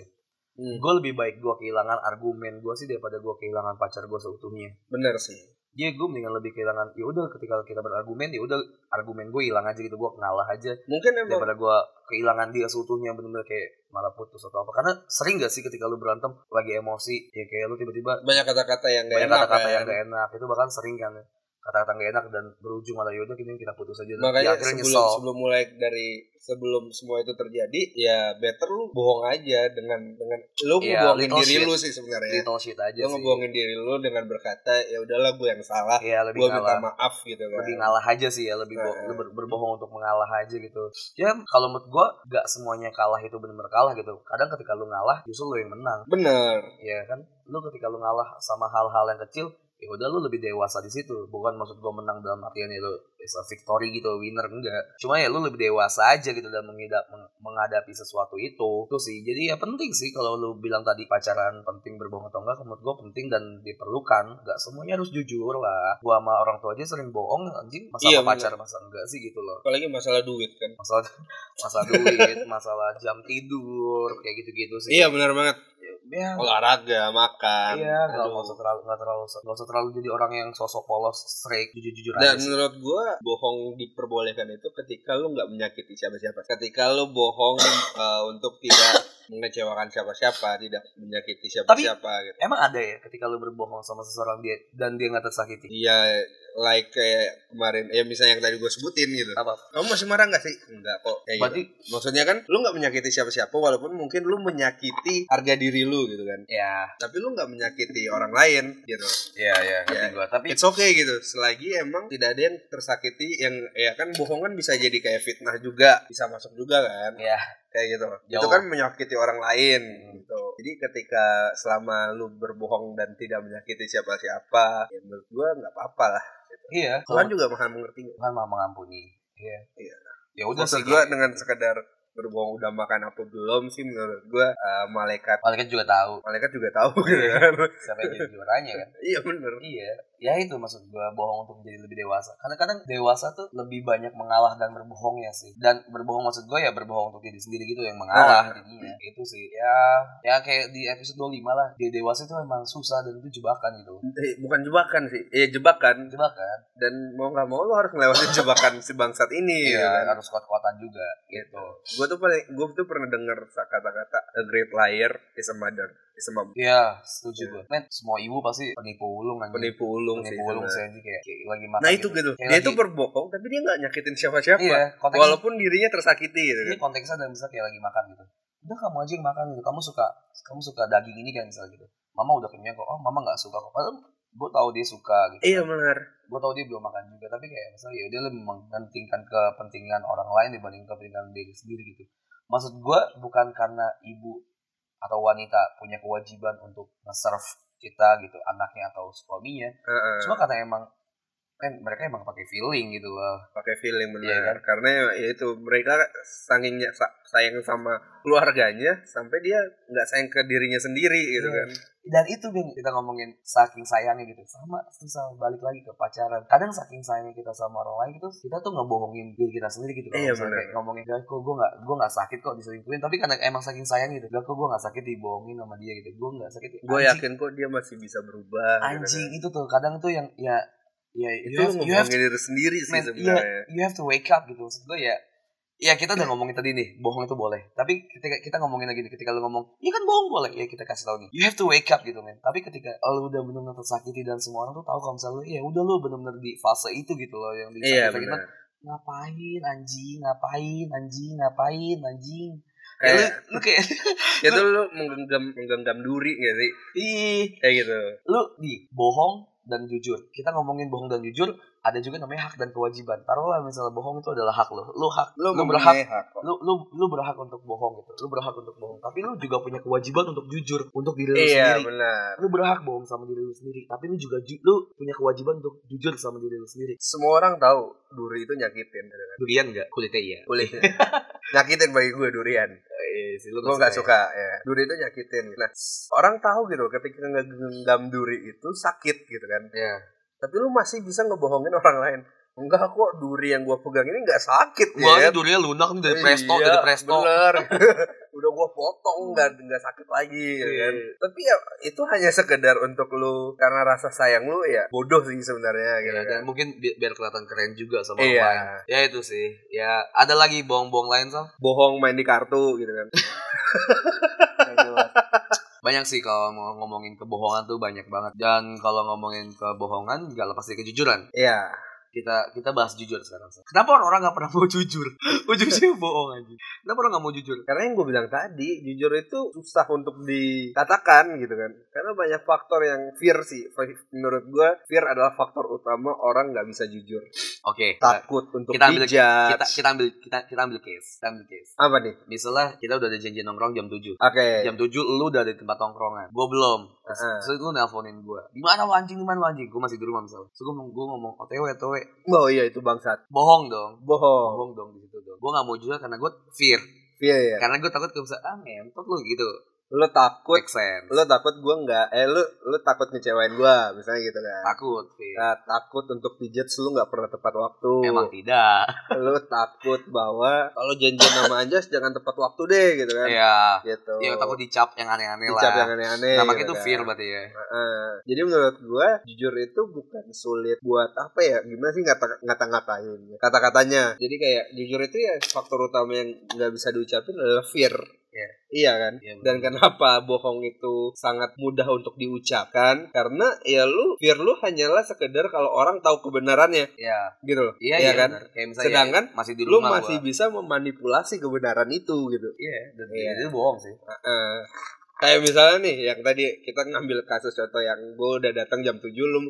Hmm, Gue lebih baik gue kehilangan argumen gue sih daripada gue kehilangan pacar gue seutuhnya. bener sih Dia gue Iya, mendingan lebih kehilangan. Ya udah ketika kita berargumen ya udah argumen gue hilang aja gitu gue ngalah aja mungkin emang daripada gua kehilangan dia seutuhnya bener-bener kayak malah putus atau apa karena sering gak sih ketika lu berantem lagi emosi ya kayak lu tiba-tiba banyak kata-kata yang nggak banyak enak kata-kata kan. yang gak enak itu bahkan sering kan kata-kata gak enak dan berujung malah yaudah kita kita putus aja dan di makanya akhirnya sebelum nyesel sebelum mulai dari sebelum semua itu terjadi ya better lu bohong aja dengan dengan lu Iya, ngebohongin little diri shit. lu sih sebenarnya little shit aja lu ya sih ngebohongin diri lu dengan berkata ya udahlah gue yang salah ya lebih gue minta ngalah maaf gitu kan lebih ngalah aja sih ya lebih bo- Nah. lu ber- berbohong untuk mengalah aja gitu ya kalau menurut gua gak semuanya kalah itu bener-bener kalah gitu kadang ketika lu ngalah justru lu yang menang bener ya kan lu ketika lu ngalah sama hal-hal yang kecil ya udah lu lebih dewasa di situ bukan maksud gua menang dalam artian ya lu is a victory gitu winner enggak cuma ya lu lebih dewasa aja gitu dalam mengidap- meng- menghadapi sesuatu itu itu sih jadi ya penting sih kalau lu bilang tadi pacaran penting berbohong atau enggak menurut gua penting dan diperlukan nggak semuanya harus jujur lah gua sama orang tua aja sering bohong anjing masa Iya, sama pacar masa enggak sih gitu loh apalagi masalah duit kan masalah masalah duit masalah jam tidur kayak gitu-gitu sih iya bener banget ya olahraga makan Iya, nggak Aduh. nggak usah terlalu nggak terlalu nggak usah terlalu jadi orang yang sosok polos, straight, jujur-jujur aja. Dan sih. menurut gue bohong diperbolehkan itu ketika lu nggak menyakiti siapa-siapa. Ketika lu bohong eh, untuk tidak mengecewakan siapa-siapa, tidak menyakiti siapa-siapa gitu. Emang ada ya ketika lu berbohong sama seseorang dia dan dia nggak tersakiti? Iya, like kayak kemarin, ya misalnya yang tadi gue sebutin gitu. Apa? Kamu masih marah nggak sih? Enggak kok. Kayak Berarti gitu. Maksudnya kan, lu nggak menyakiti siapa-siapa, walaupun mungkin lu menyakiti harga diri lu gitu kan. ya, Tapi lu nggak menyakiti orang lain gitu. ya, ya, ngerti Ya. gua. Tapi It's okay gitu. Selagi emang tidak ada yang tersakiti, yang ya kan bohong kan bisa jadi kayak fitnah juga, bisa masuk juga kan. ya, kayak gitu. Itu Jauh. Hmm. kan menyakiti orang lain gitu. Jadi ketika selama lu berbohong dan tidak menyakiti siapa-siapa, ya menurut gua nggak apa-apa lah. iya. Tuhan juga maha mengerti. Tuhan mau mengampuni. Iya. Iya. Ya udah sih. Maksud gua dengan sekedar berbohong udah makan apa belum sih menurut gua eh, malaikat Malaikat juga tahu malaikat juga tahu gitu Iya. kan. siapa yang jadi juaranya kan. iya bener. Iya, ya itu maksud gua bohong untuk menjadi lebih dewasa. Kadang-kadang dewasa tuh lebih banyak mengalah dan berbohongnya sih. Dan berbohong maksud gua ya berbohong untuk diri sendiri gitu yang Ah. mengalah jadinya. Itu sih ya ya kayak di episode 25 lah. Dia dewasa itu memang susah dan itu jebakan gitu. Eh, bukan jebakan sih. Iya jebakan Jebakan. dan mau nggak mau lu harus ngelewatin jebakan si bangsat ini. gitu kan. Iya. Iya, harus kuat-kuatan juga gitu. Gue tuh paling gue tuh pernah denger kata-kata a great liar is a mother is a mom. Iya, setuju gua. Men, semua ibu pasti penipu ulung anjing. Penipu ulung sih. Penipu ulung sebenarnya. sih anjing kayak, kayak lagi makan. Nah itu gitu. Kayak dia lagi- itu berbohong tapi dia nggak nyakitin siapa-siapa. Iya, konteksnya Walaupun dirinya tersakiti gitu ini kan. konteksnya dalam misal kayak lagi makan gitu udah kamu aja yang makan gitu kamu suka kamu suka daging ini kan misal gitu mama udah kenyang kok oh mama nggak suka kok padahal gue tahu dia suka gitu Iya benar. gue tahu dia belum makan juga tapi kayak misalnya ya dia lebih mementingkan kepentingan orang lain dibanding kepentingan diri sendiri gitu maksud gue bukan karena ibu atau wanita punya kewajiban untuk nge-serve kita gitu anaknya atau suaminya Heeh, cuma karena emang kan mereka emang pakai feeling gitu loh Pakai feeling benar. Iya kan? Karena ya itu mereka sangingnya sa- sayang sama keluarganya sampai dia nggak sayang ke dirinya sendiri gitu Iya. kan. dan itu Bing, kita ngomongin saking sayangnya gitu sama misal balik lagi ke pacaran kadang saking sayangnya kita sama orang lain gitu kita tuh ngebohongin diri kita sendiri gitu Iya, Misalnya bener. kayak ngomongin gak kok gue gak gue gak sakit kok diselingkuhin tapi karena emang saking sayang gitu gak kok gue gak sakit dibohongin sama dia gitu gue gak sakit Gue Anjing, yakin kok dia masih bisa berubah. gitu anjing kan. itu tuh kadang tuh yang ya ya you Itu have, you have to, ngomongin diri sendiri sih man, iya. sebenarnya. you have to wake up gitu maksud gue ya Ya kita udah ngomongin tadi nih, bohong itu boleh. Tapi ketika kita ngomongin lagi nih, ketika lu ngomong, ya kan bohong boleh. Ya kita kasih tahu nih. You have to wake up gitu men. Tapi ketika lu udah benar-benar tersakiti dan semua orang tuh tahu kalau misalnya lu, ya udah lu benar-benar di fase itu gitu loh yang di Iya benar. Ngapain anjing, ngapain anjing, ngapain anjing. Ya, Kayak lu, lu kayak itu lu menggenggam menggenggam duri gak sih? ih, Kayak gitu. lu di bohong dan jujur. Kita ngomongin bohong dan jujur, ada juga namanya hak dan kewajiban. Taruhlah misalnya bohong itu adalah hak lo. Lu hak, lu berhak mempunyai hak kok. lu lu lu berhak untuk bohong gitu lu berhak untuk bohong tapi lu juga punya kewajiban untuk jujur untuk diri lu Iya sendiri benar. lu berhak bohong sama diri lu sendiri tapi lu juga ju- lu punya kewajiban untuk jujur sama diri lu sendiri Semua orang tahu duri itu nyakitin. gitu kan. durian enggak kulitnya iya Boleh. nyakitin bagi gue durian. eh, sih, lu Gue nggak suka ya. Duri itu nyakitin. Nah, orang tahu gitu ketika ngegenggam duri itu sakit gitu kan. ya Tapi lu masih bisa ngebohongin orang lain. Enggak kok duri yang gue pegang ini nggak sakit Wah, ini ya. durian lunak nih dari presto, Iya, dari presto. Bener. Udah gue potong nggak nggak sakit lagi gitu kan. Iya. Tapi ya itu hanya sekedar untuk lu karena rasa sayang lu ya bodoh sih sebenarnya gitu Iya, kan. dan mungkin bi- biar kelihatan keren juga sama Iya. orang lain. Ya itu sih. Ya ada lagi bohong-bohong lain Sal? Bohong main di kartu gitu kan. banyak sih kalau mau ngomongin kebohongan tuh banyak banget. Dan kalau ngomongin kebohongan nggak lepas dari kejujuran. Iya. kita kita bahas jujur sekarang. Sal. Kenapa orang nggak pernah mau jujur? Ujung-ujungnya bohong aja. Kenapa orang nggak mau jujur? Karena yang gue bilang tadi, jujur itu susah untuk dikatakan gitu kan. Karena banyak faktor yang fear sih. Menurut gue, fear adalah faktor utama orang nggak bisa jujur. Oke. Kita, Takut untuk Kita ambil- dijudge. kita kita ambil kita kita ambil case, kita ambil case. Apa nih? Misalnya kita udah ada janji nongkrong jam 7. Oke. Jam 7 lu udah ada di tempat nongkrongan. Gua belum. Terus, Heeh. terus lu nelponin gua. Di mana lu anjing? Di mana lu anjing? Gua masih di rumah misalnya. Terus gua, ngomong- gua ngomong OTW OTW. Oh iya itu bangsat. Bohong dong. Bohong. Bohong dong di situ dong. Gua nggak mau jujur karena gua fear. Iya iya. Karena gua takut gua bisa ah ngentot lu gitu. Lo takut, Make sense. lo takut gue nggak, eh lo lo takut ngecewain gue, misalnya gitu kan. Takut. fear. Nah, takut untuk dijudge lu nggak pernah tepat waktu. Memang tidak. Lo takut bahwa kalau janjian sama Anjas jangan tepat waktu deh gitu kan. Iya. Gitu. Ya takut dicap yang aneh-aneh lah. dicap yang Nah, aneh-aneh. gitu makanya itu kan. fear berarti ya. Heeh. jadi menurut gua jujur itu bukan sulit buat apa ya gimana sih ngata ngata ngatain kata katanya jadi kayak jujur itu ya faktor utama yang nggak bisa diucapin adalah fear Iya. Iya kan? Iya, benar. Dan kenapa bohong itu sangat mudah untuk diucapkan? Karena ya lu fear lu hanyalah sekedar kalau orang tahu kebenarannya Iya. gitu loh. Iya, Iya iya kan? benar. Kayak misalnya Sedangkan masih di Lu rumah masih gua. bisa memanipulasi kebenaran itu gitu. Iya, dan Iya. itu bohong sih. Heeh. kayak misalnya nih yang tadi kita ngambil kasus contoh yang gue udah datang jam 7 lu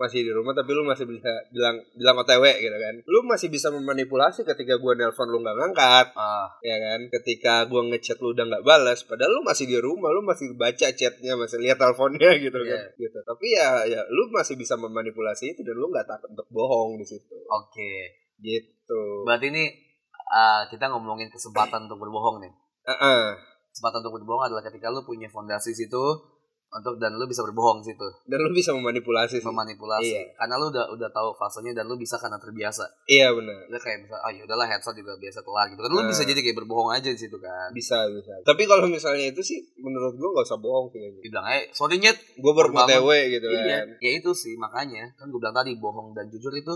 masih di rumah tapi lu masih bisa bilang bilang OTW gitu kan. Lu masih bisa memanipulasi ketika gua nelpon lu nggak ngangkat. Ah, ya kan ketika gua ngechat lu udah nggak balas padahal lu masih di rumah lu masih baca chatnya masih lihat teleponnya gitu kan Iya. gitu tapi ya ya lu masih bisa memanipulasi itu dan lu nggak takut untuk bohong di situ oke. gitu Berarti ini ah, kita ngomongin kesempatan untuk berbohong nih. Heeh. Kesempatan untuk berbohong adalah ketika lu punya fondasi situ untuk dan lu bisa berbohong situ, dan lu bisa Hmm. memanipulasi sih. memanipulasi. Iya. Karena lu udah udah tahu fasenya dan lu bisa karena terbiasa. iya benar Udah kayak misalnya, ah yaudahlah headset juga biasa kelar gitu kan. Lu Ah. bisa jadi kayak berbohong aja di situ kan. bisa bisa tapi kalau misalnya itu sih menurut gua nggak usah bohong kayaknya Dibilang, eh sorry nyet, gue baru Bangun. OTW gitu kan Iya, ya itu sih makanya kan gue bilang tadi bohong dan jujur itu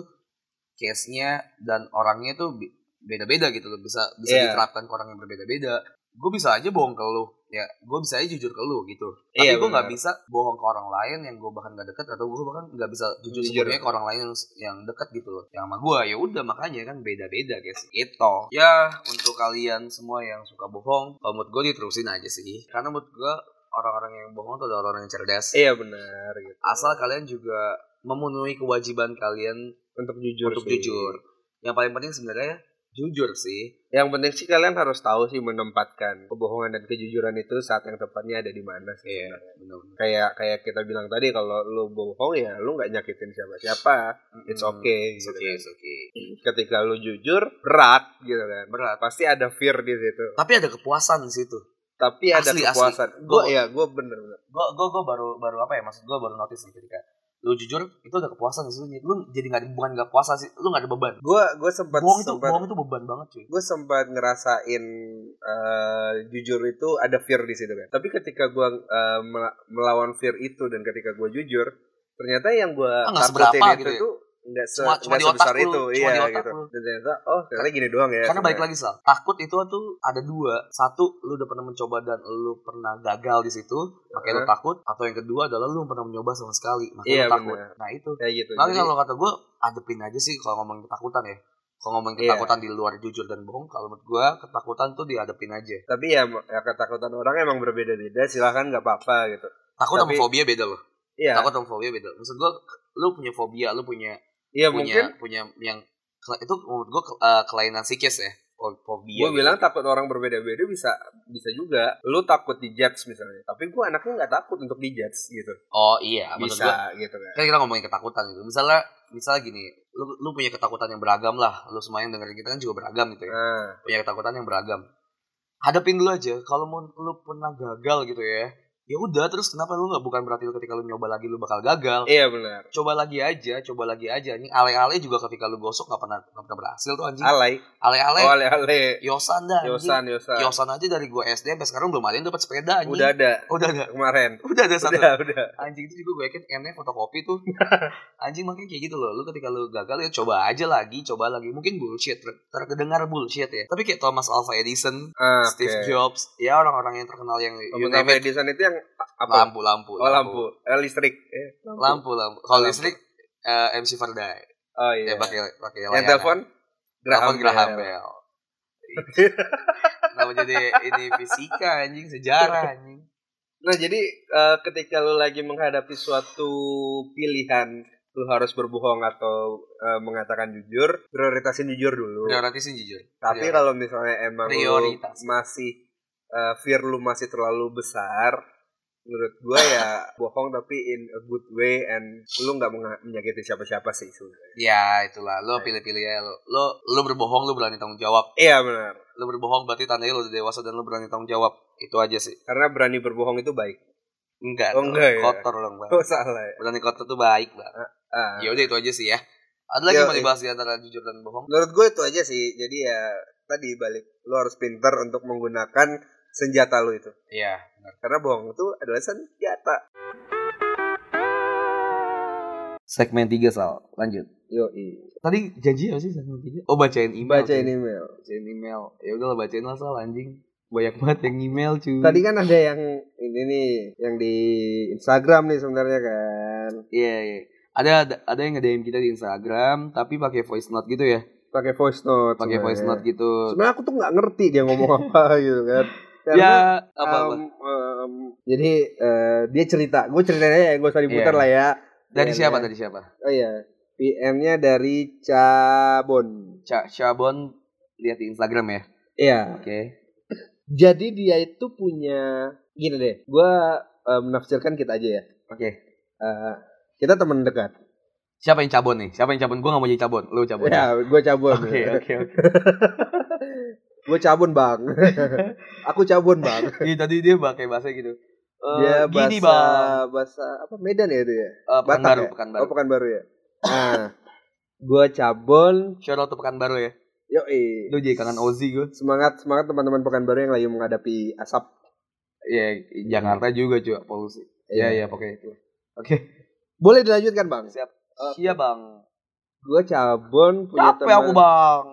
case-nya dan orangnya itu bi- beda-beda gitu loh. Bisa bisa Iya. diterapkan ke orang yang berbeda-beda. Gue bisa aja bohong ke lu, ya gue bisa aja jujur ke lu gitu. Tapi Iya, gue nggak benar. bisa bohong ke orang lain yang gue bahkan gak deket atau gue bahkan nggak bisa jujur Jujur. sebenarnya ke orang lain yang yang deket gitu loh. Yang sama gue ya udah makanya kan beda-beda guys. Itu ya untuk kalian semua yang suka bohong, kalau menurut gue diterusin aja sih. Karena menurut gue orang-orang yang bohong itu adalah orang yang cerdas iya benar gitu asal kalian juga memenuhi kewajiban kalian untuk jujur untuk sih. jujur. Yang paling penting sebenarnya jujur sih. yang penting sih kalian harus tahu sih menempatkan kebohongan dan kejujuran itu saat yang tepatnya ada di mana sih Iya, sebenarnya. benar. kayak kayak kita bilang tadi kalau lu bohong ya lu nggak nyakitin siapa-siapa it's okay It's gitu okay, kan. it's okay. ketika lu jujur berat gitu kan Berat. pasti ada fear di situ Tapi ada kepuasan di situ. tapi ada Asli, asli. kepuasan gue Gua- ya gue bener-bener Gue gue gue baru baru apa ya maksud gue baru notice nih ketika lu jujur itu ada kepuasan di situ. Lu jadi nggak ada- bukan nggak puasa sih, lu nggak ada beban. gue gue sempat Bohong itu sempat bohong itu beban banget cuy. gue sempat ngerasain eh, jujur itu ada fear di situ kan tapi ketika gue melawan fear itu dan ketika gue jujur ternyata yang gue Ah, nggak seberapa itu gitu ya? tuh nggak se- Cuma- cuma nggak di otak sebesar lu, itu cuma iya di otak gitu lu. dan ternyata oh ternyata gini doang ya Karena balik sebenarnya. lagi sal, takut itu tuh ada dua. Satu, lu udah pernah mencoba dan lu pernah gagal di situ, makanya lu Heeh. takut. Atau yang kedua adalah lu pernah mencoba sama sekali, makanya Iya, lu takut. bener. Nah itu. kayak gitu Makanya Jadi- kalau kata gue, adepin aja sih kalau ngomongin ketakutan ya. Kalau ngomongin Iya. ketakutan di luar jujur dan bohong, kalau menurut gue ketakutan tuh diadepin aja. tapi ya, ya ketakutan orang emang berbeda-beda silahkan nggak apa-apa gitu Takut sama Tapi- fobia beda loh. iya Takut sama fobia beda. Maksud gue, lu punya fobia, lu punya iya punya mungkin punya yang itu menurut gue kelainan psikis ya. Fo- Fobia. gue gitu. bilang takut orang berbeda-beda bisa bisa juga lu takut dijudge misalnya tapi gue anaknya nggak takut untuk dijudge gitu Oh iya, maksud gue bisa gitu kan kan kita ngomongin ketakutan gitu. Misalnya, misalnya gini, lu, lu punya ketakutan yang beragam lah. Lu semua yang dengerin kita kan juga beragam gitu ya. nah Punya ketakutan yang beragam. Hadapin dulu aja. Kalau mau lu pernah gagal gitu ya, ya udah terus kenapa lu nggak bukan berarti lu ketika lu nyoba lagi lu bakal gagal. Iya benar. Coba lagi aja, coba lagi aja. Ini ale-ale juga ketika lu gosok nggak pernah nggak pernah berhasil tuh anjing. Alay. Oh, Ale-ale, ale ale. yosan dah. Hmm. anjing. Yosan, yosan. Yosan aja dari gua SD sampai sekarang belum ada yang dapat sepeda anjing. Udah ada udah ada. kemarin. Udah ada satu. Udah, udah. anjing itu juga gue yakin N-nya fotokopi tuh anjing makanya kayak gitu loh lu ketika lu gagal ya coba aja lagi coba lagi mungkin bullshit ter- terdengar bullshit ya tapi kayak Thomas Alva Edison Ah, Steve oke. Jobs ya orang-orang yang terkenal yang you Kamu name it. Edison itu yang a- apa? lampu lampu Oh, lampu. Eh, listrik. Eh, lampu lampu kalau Lampu. listrik eh, MC Faraday Oh iya. ya pakai pakai yang layangan. telepon Telepon Graham Bell. Bell Kenapa jadi ini fisika anjing sejarah anjing Nah, jadi eh, ketika lu lagi menghadapi suatu pilihan lu harus berbohong atau eh, mengatakan jujur, prioritasin jujur dulu. prioritasin jujur Tapi Prioritasin. kalau misalnya emang lu Ya, Prioritas. masih eh, fear lu masih terlalu besar, menurut gua ya bohong tapi in a good way and lu nggak menga- menyakiti siapa-siapa sih sebenarnya. ya itulah lo pilih-pilih ya lo lo lo berbohong lo berani tanggung jawab Iya benar. lu berbohong berarti tandanya lu udah dewasa dan lu berani tanggung jawab itu aja sih Karena berani berbohong itu baik. enggak, Oh, dong. enggak ya? kotor dong bang Oh salah ya. berani kotor tuh baik bang Ah. iya. ya udah itu aja sih ya ada lagi yang mau Yoi. dibahas di antara jujur dan bohong Menurut gue itu aja sih. Jadi ya tadi balik lu harus pintar untuk menggunakan senjata lu itu. iya benar. Karena bohong itu adalah senjata. segmen 3 sal lanjut Yo, tadi janji apa sih segmen 3 oh bacain email bacain cuy. email. bacain email ya udah lah bacain lah sal anjing banyak banget yang email cuy Tadi kan ada yang ini nih, yang di Instagram nih sebenarnya kan. iya iya ada ada- ada yang nge-DM kita di Instagram tapi pakai voice note gitu ya Pakai voice note. pakai voice sebenarnya. note gitu Sebenarnya aku tuh nggak ngerti dia ngomong apa gitu kan. Karena, ya apa apa em, em, jadi eh, dia cerita, gue ceritanya ya, gue usah diputar Iya. lah ya. dari DM-nya. siapa dari siapa Oh iya, PM-nya dari Cabon. Ca Syabon lihat di Instagram ya Iya. oke Jadi dia itu punya gini deh. Gua eh, menafsirkan kita aja ya. oke Eh, kita teman dekat. siapa yang cabon nih siapa yang cabon gue nggak mau jadi cabon lu cabon ya? Ya, gue cabon. oke oke oke Gue cabon bang. Aku cabon bang. Iya, tadi dia pakai bahasa gitu Eh, Dia gini bahasa bang bahasa apa Medan ya itu ya? Eh, Batak pekanbaru ya? pekanbaru Oh Pekanbaru ya. Nah, gue cabon. shout out to pekanbaru ya Yoi. lu jadi kangen Ozi gue Semangat semangat teman-teman Pekanbaru yang lagi menghadapi asap. ya Jakarta juga cuy polusi Iya iya pokoknya itu. Oke. Boleh dilanjutkan bang. Siap. Oke. Iya bang. Gue cabon Oh, punya Capek aku teman bang.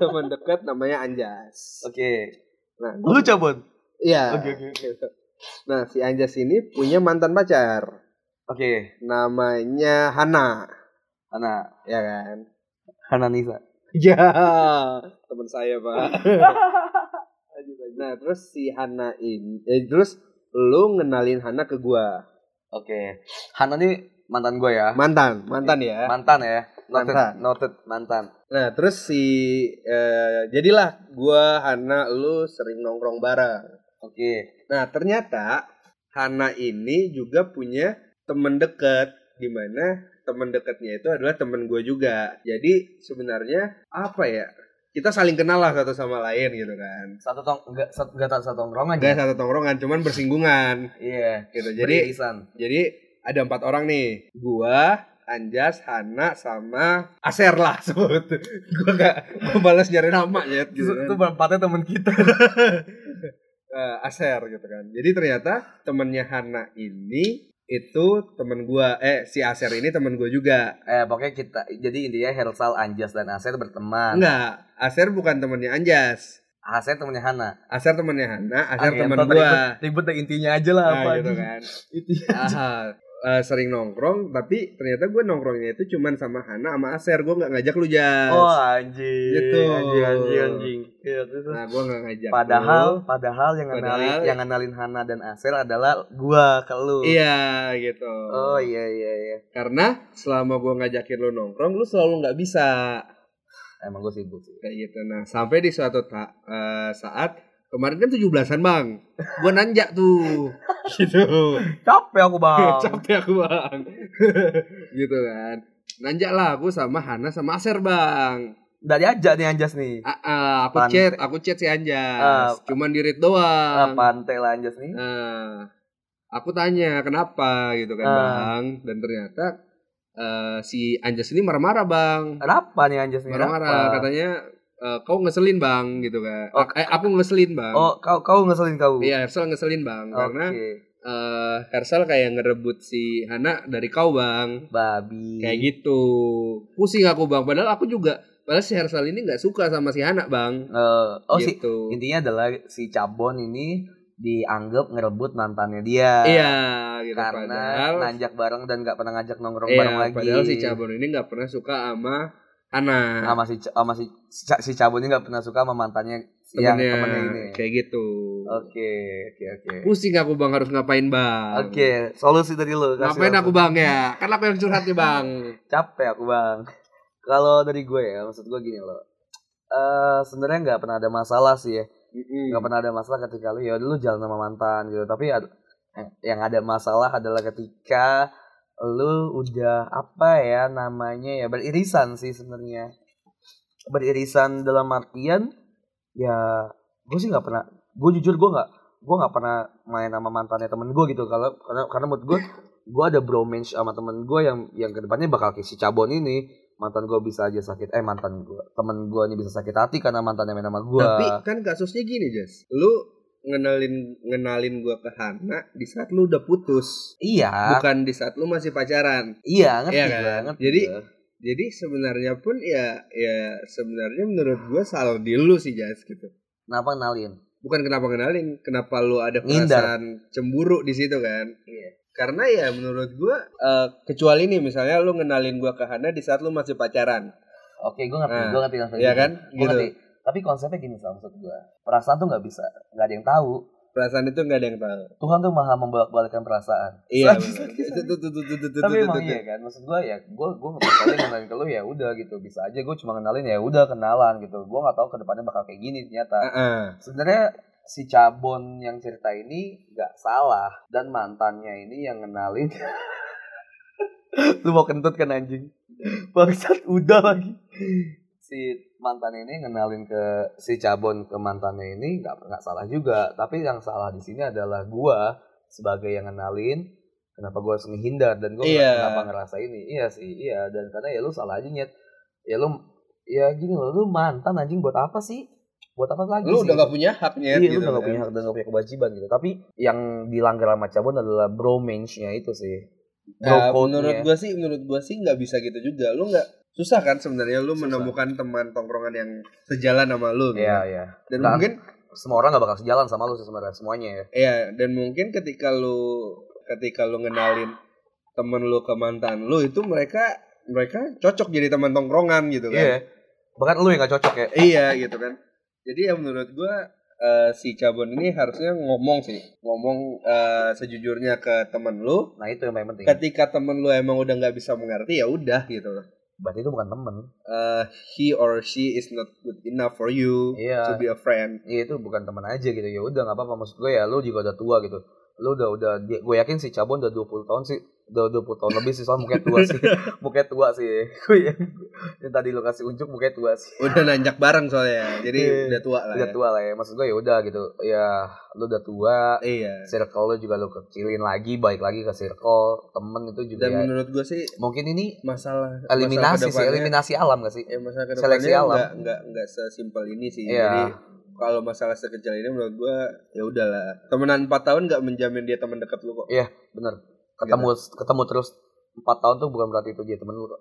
teman dekat namanya Anjas. Oke. Nah, Lu cabut. Iya. Oke, oke, Nah, si Anjas ini punya mantan pacar. Oke. Namanya Hana, Hana. ya kan? Hana Nisa. Iya, teman saya, Pak. nah, terus si Hana ini eh, terus lu ngenalin Hana ke gua. Oke. Hana ini mantan gue ya. Mantan, mantan ya. Mantan ya. Noted. Mantan. Noted mantan. Nah, terus si eh, jadilah gua Hana lu sering nongkrong bareng. Oke. Nah, ternyata Hana ini juga punya temen deket di mana temen deketnya itu adalah temen gue juga. Jadi sebenarnya apa ya? Kita saling kenal lah satu sama lain gitu kan. Satu tong enggak satu enggak satu tongkrongan Gak ya. satu tongkrongan, cuman bersinggungan Iya. gitu. Jadi Jadi jadi ada empat orang nih. Gua, Anjas, Hana, sama Aser lah sebut. Gua gak membalas nyari nama ya. itu, Gitu kan. itu berempatnya teman kita. eh, Aser gitu kan. Jadi ternyata temennya Hana ini itu temen gua eh si Aser ini temen gua juga. eh pokoknya kita jadi intinya Hersal, Anjas dan Aset berteman. Enggak, Aser bukan temennya Anjas. Aset temennya Hana. Aser temennya Hana, Aser Oke, temen ntar gua. Ribut, ribut deh, intinya aja lah Nah, apa gitu aja. kan. Intinya. Ah, eh, sering nongkrong tapi ternyata gua nongkrongnya itu cuman sama Hana sama Aser gua nggak ngajak lu jas Oh anjing, Gitu. anjing, anjing, anjing. Iya, terus- nah gua nggak ngajak lu. Padahal, padahal yang ngenalin, Padahal- ya. yang ngenalin Hana dan Asel adalah gua ke lu. iya gitu Oh iya iya iya. karena selama gua ngajakin lu nongkrong lu selalu nggak bisa Emang gua sibuk sih. kayak gitu nah sampai di suatu ta- eh, saat kemarin kan 17-an bang gua nanjak tuh gitu Capek aku bang. capek aku bang gitu kan nanjak lah aku sama Hana sama Aser bang Dari aja nih Anjas nih. Ah, ah, aku Pantai. chat aku chat si Anjas Ah. cuman di Ah, read doang pantai lah Anjas nih. nah aku tanya kenapa gitu kan Ah. bang dan ternyata eh, si Anjas ini marah-marah bang Kenapa nih Anjas nih? marah-marah Kenapa? katanya eh, kau ngeselin bang gitu kan Oh. Eh, aku ngeselin bang Oh kau kau ngeselin kau. Iya, Hersal ngeselin bang, gitu. Oke. karena eh, Hersal kayak ngerebut si Hana dari kau bang, Babi. kayak gitu. Pusing aku bang, padahal aku juga, padahal si Hersal ini nggak suka sama si Hana bang. Eh, oh sih. gitu. Intinya adalah si Cabon ini dianggap ngerebut mantannya dia. Iya, gitu. Karena padahal, nanjak bareng dan nggak pernah ngajak nongkrong iya, bareng lagi. padahal si Cabon ini nggak pernah suka sama Hana, sama si sama si si, si Cabon ini nggak pernah suka sama mantannya yang temennya, temennya ini. ya. kayak gitu. Oke, oke, oke. Pusing aku bang harus ngapain bang? Oke, solusi dari lo. kasih Ngapain aku langsung. bang ya? Kan aku yang curhat nih bang. Capek aku bang. Kalau dari gue ya, maksud gue gini loh. Eh sebenarnya nggak pernah ada masalah sih ya. Nggak pernah ada masalah ketika lu ya lu jalan sama mantan gitu. Tapi ad- eh, yang ada masalah adalah ketika lu udah apa ya namanya ya beririsan sih sebenarnya. Beririsan dalam artian ya gue sih nggak pernah gue jujur gue nggak gue nggak pernah main sama mantannya temen gue gitu kalau karena karena menurut gue gue ada bromance sama temen gue yang yang kedepannya bakal kayak si cabon ini mantan gue bisa aja sakit eh mantan gue temen gue ini bisa sakit hati karena mantannya main sama gue Tapi kan kasusnya gini, Jas. Lu ngenalin ngenalin gua ke Hana di saat lu udah putus, iya bukan di saat lu masih pacaran. iya ngerti Iya gue kan? ngerti Jadi- gua. Jadi sebenarnya pun ya ya sebenarnya menurut gua salah di lu sih, Jas gitu. kenapa kenalin bukan kenapa kenalin kenapa lu ada Ngindar. perasaan cemburu di situ kan Iya. karena ya menurut gua eh, kecuali nih misalnya lu ngenalin gua ke Hana di saat lu masih pacaran Oke, gue ngerti, Nah, gue ngerti langsung. Iya kan Gue ngerti. gitu Tapi konsepnya gini Sal, maksud gue. Perasaan tuh nggak bisa, nggak ada yang tahu. perasaan itu nggak ada yang tahu Tuhan tuh maha membolak-balikkan perasaan. iya Sakit, benar. sakit, sakit. Tut, tut, tut, tut, tut, tut, Tapi tut, emang tut. iya kan, maksud gue ya, gue gue nggak percaya kenalin ke lu ya udah gitu, bisa aja gue cuma kenalin ya udah kenalan gitu. Gue nggak tahu kedepannya bakal kayak gini ternyata. Heeh. Sebenarnya si Cabon yang cerita ini nggak salah dan mantannya ini yang kenalin. lu mau kentut kan anjing? Bangsat udah lagi. Si mantan ini ngenalin ke si Cabon ke mantannya ini nggak nggak salah juga, tapi yang salah di sini adalah gua sebagai yang ngenalin kenapa gua harus menghindar dan gua Iya. kenapa ngerasa ini. Iya sih, iya dan karena ya lu salah aja nyet. Ya lu ya gini loh, lu mantan anjing buat apa sih? Buat apa lagi lu sih? udah gak punya hak ya Iya, lu udah gak punya hak dan gak punya kewajiban gitu. Tapi yang dilanggar sama Cabon adalah bromance-nya itu sih. Nah, Bro code-nya. menurut gua sih menurut gua sih nggak bisa gitu juga lu nggak susah kan sebenarnya lu menemukan teman tongkrongan yang sejalan sama Iya, lu kan? iya. dan Dan- mungkin Semua orang gak bakal sejalan sama lu sih sebenarnya semuanya ya. Iya, dan mungkin ketika lu ketika lu ngenalin temen lu ke mantan lu itu mereka mereka cocok jadi teman tongkrongan gitu Iya. kan. Bahkan lu yang gak cocok ya. Iya, gitu kan. Jadi ya menurut gua eh, si Cabon ini harusnya ngomong sih, ngomong eh, sejujurnya ke temen lu. Nah, itu yang paling penting. Ketika temen lu emang udah nggak bisa mengerti ya udah gitu loh. Berarti itu bukan temen. Eh, he or she is not good enough for you Iya. to be a friend. Iya, itu bukan temen aja gitu. Ya udah gak apa-apa maksud gue ya lu juga udah tua gitu. Lu udah udah dia- gue yakin si Cabon udah 20 tahun sih. Udah 20 tahun lebih sih soalnya mukanya tua sih. mukanya tua sih. Gue yakin. yang tadi lu kasih unjuk mukanya tua sih. Udah nanjak bareng soalnya. Jadi Iya. udah tua lah. Udah ya. tua lah ya. Maksud gue ya udah gitu. Ya lu udah tua, Iya. circle lu juga lu kecilin lagi balik lagi ke circle temen itu juga Dan ya. menurut gua sih mungkin ini masalah eliminasi sih masalah kedepannya- eliminasi alam gak sih ya masalah Seleksi kedepannya alam. nggak nggak nggak sesimpel ini sih Iya. jadi kalau masalah sekecil ini menurut gua ya udahlah temenan 4 tahun nggak menjamin dia teman dekat lu kok ketemu ketemu terus empat tahun tuh bukan berarti itu dia temen lu kok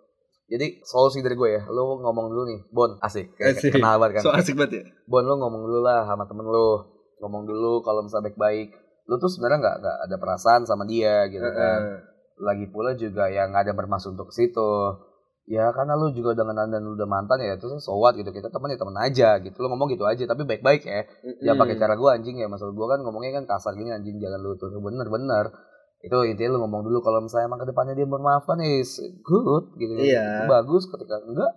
jadi solusi dari gue ya lu ngomong dulu nih Bon asik, kayak Asik. kenal banget kan so asik banget ya Bon lu ngomong dulu lah sama temen lu ngomong dulu kalau misalnya baik-baik lu tuh sebenarnya nggak nggak ada perasaan sama dia gitu kan Heeh. lagi pula juga yang nggak ada bermaksud untuk ke situ ya karena lu juga dengan dan lu udah mantan ya terus so what gitu kita temen ya temen aja gitu lu ngomong gitu aja tapi baik-baik ya jangan Hmm. pakai cara gua anjing ya maksud gua kan ngomongnya kan kasar gini anjing jangan lu tuh bener-bener itu intinya lu ngomong dulu kalau misalnya emang kedepannya dia memaafkan is good gitu itu Iya. bagus ketika enggak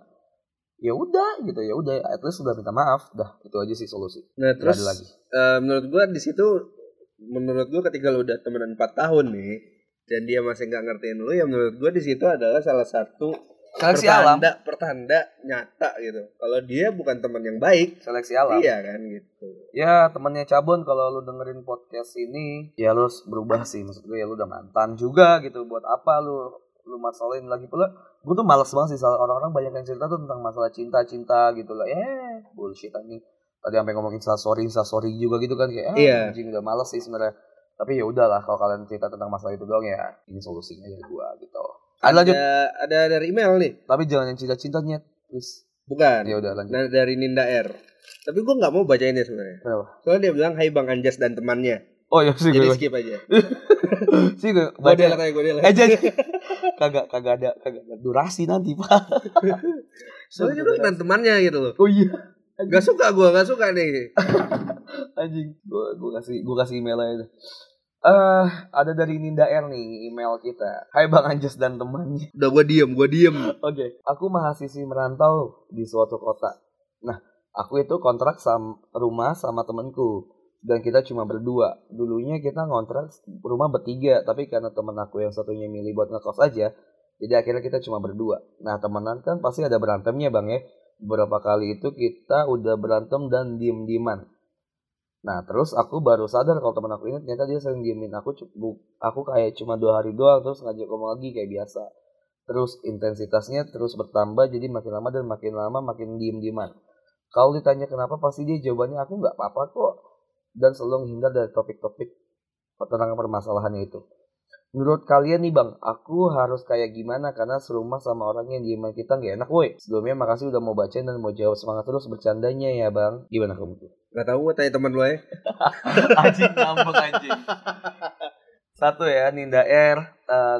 ya udah gitu ya udah at least udah minta maaf dah itu aja sih solusi nah Nggak terus ada lagi eh, menurut gua di situ menurut gua ketika lu udah temenan 4 tahun nih dan dia masih nggak ngertiin lu ya menurut gua di situ adalah salah satu seleksi alam pertanda pertanda nyata gitu kalau dia bukan teman yang baik seleksi alam iya kan gitu Ya temennya Cabon kalau lu dengerin podcast ini ya lu harus berubah sih maksud gue ya lu udah mantan juga gitu buat apa lu lu masalahin lagi pula gue tuh males banget sih soal orang-orang banyak yang cerita tuh tentang masalah cinta-cinta gitu lah eh bullshit anjing tadi sampai ngomongin instastory instastory juga gitu kan kayak ah, Iya. anjing udah males sih sebenarnya tapi ya udahlah kalau kalian cerita tentang masalah itu doang ya ini solusinya dari gua gitu Iya. ada lanjut ada ada dari email nih tapi jangan yang cinta-cintanya please bukan ya udah lanjut Nah, dari Ninda R. Tapi gue nggak mau bacain ya sebenarnya. Kenapa? Soalnya dia bilang Hai Bang Anjas dan temannya. oh ya sih Jadi gue skip aja. sih gue Godel kayak godel. Eh jadi kagak kagak ada kagak ada durasi nanti pak. Soalnya dia bilang dan temannya gitu loh. Oh iya Gak suka gue, gak suka nih. anjing. Gua gua kasih gua kasih email aja. Eh ada dari Ninda R nih email kita. Hai Bang Anjas dan temannya. Udah gue diem, gue diem. Oke, aku mahasiswi merantau di suatu kota. Nah, aku itu kontrak sama rumah sama temanku dan kita cuma berdua. Dulunya kita ngontrak rumah bertiga, tapi karena temen aku yang satunya milih buat ngekos aja, jadi akhirnya kita cuma berdua. Nah, temenan kan pasti ada berantemnya, Bang ya. Beberapa kali itu kita udah berantem dan diem-dieman. Nah, terus aku baru sadar kalau temen aku ini ternyata dia sering diemin aku. cu- bu- Aku kayak cuma dua hari doang, terus ngajak ngomong lagi kayak biasa terus intensitasnya terus bertambah jadi makin lama dan makin lama makin diem dieman kalau ditanya kenapa pasti dia jawabannya aku nggak apa-apa kok dan selalu menghindar dari topik-topik tentang permasalahannya itu Menurut kalian nih bang, aku harus kayak gimana karena serumah sama orang yang dieman kita nggak enak woi. Sebelumnya makasih udah mau bacain dan mau jawab semangat terus bercandanya ya bang. Gimana kamu tuh? Gak tau gue tanya teman lu ya anjing ngambek anjing Satu ya, Ninda R.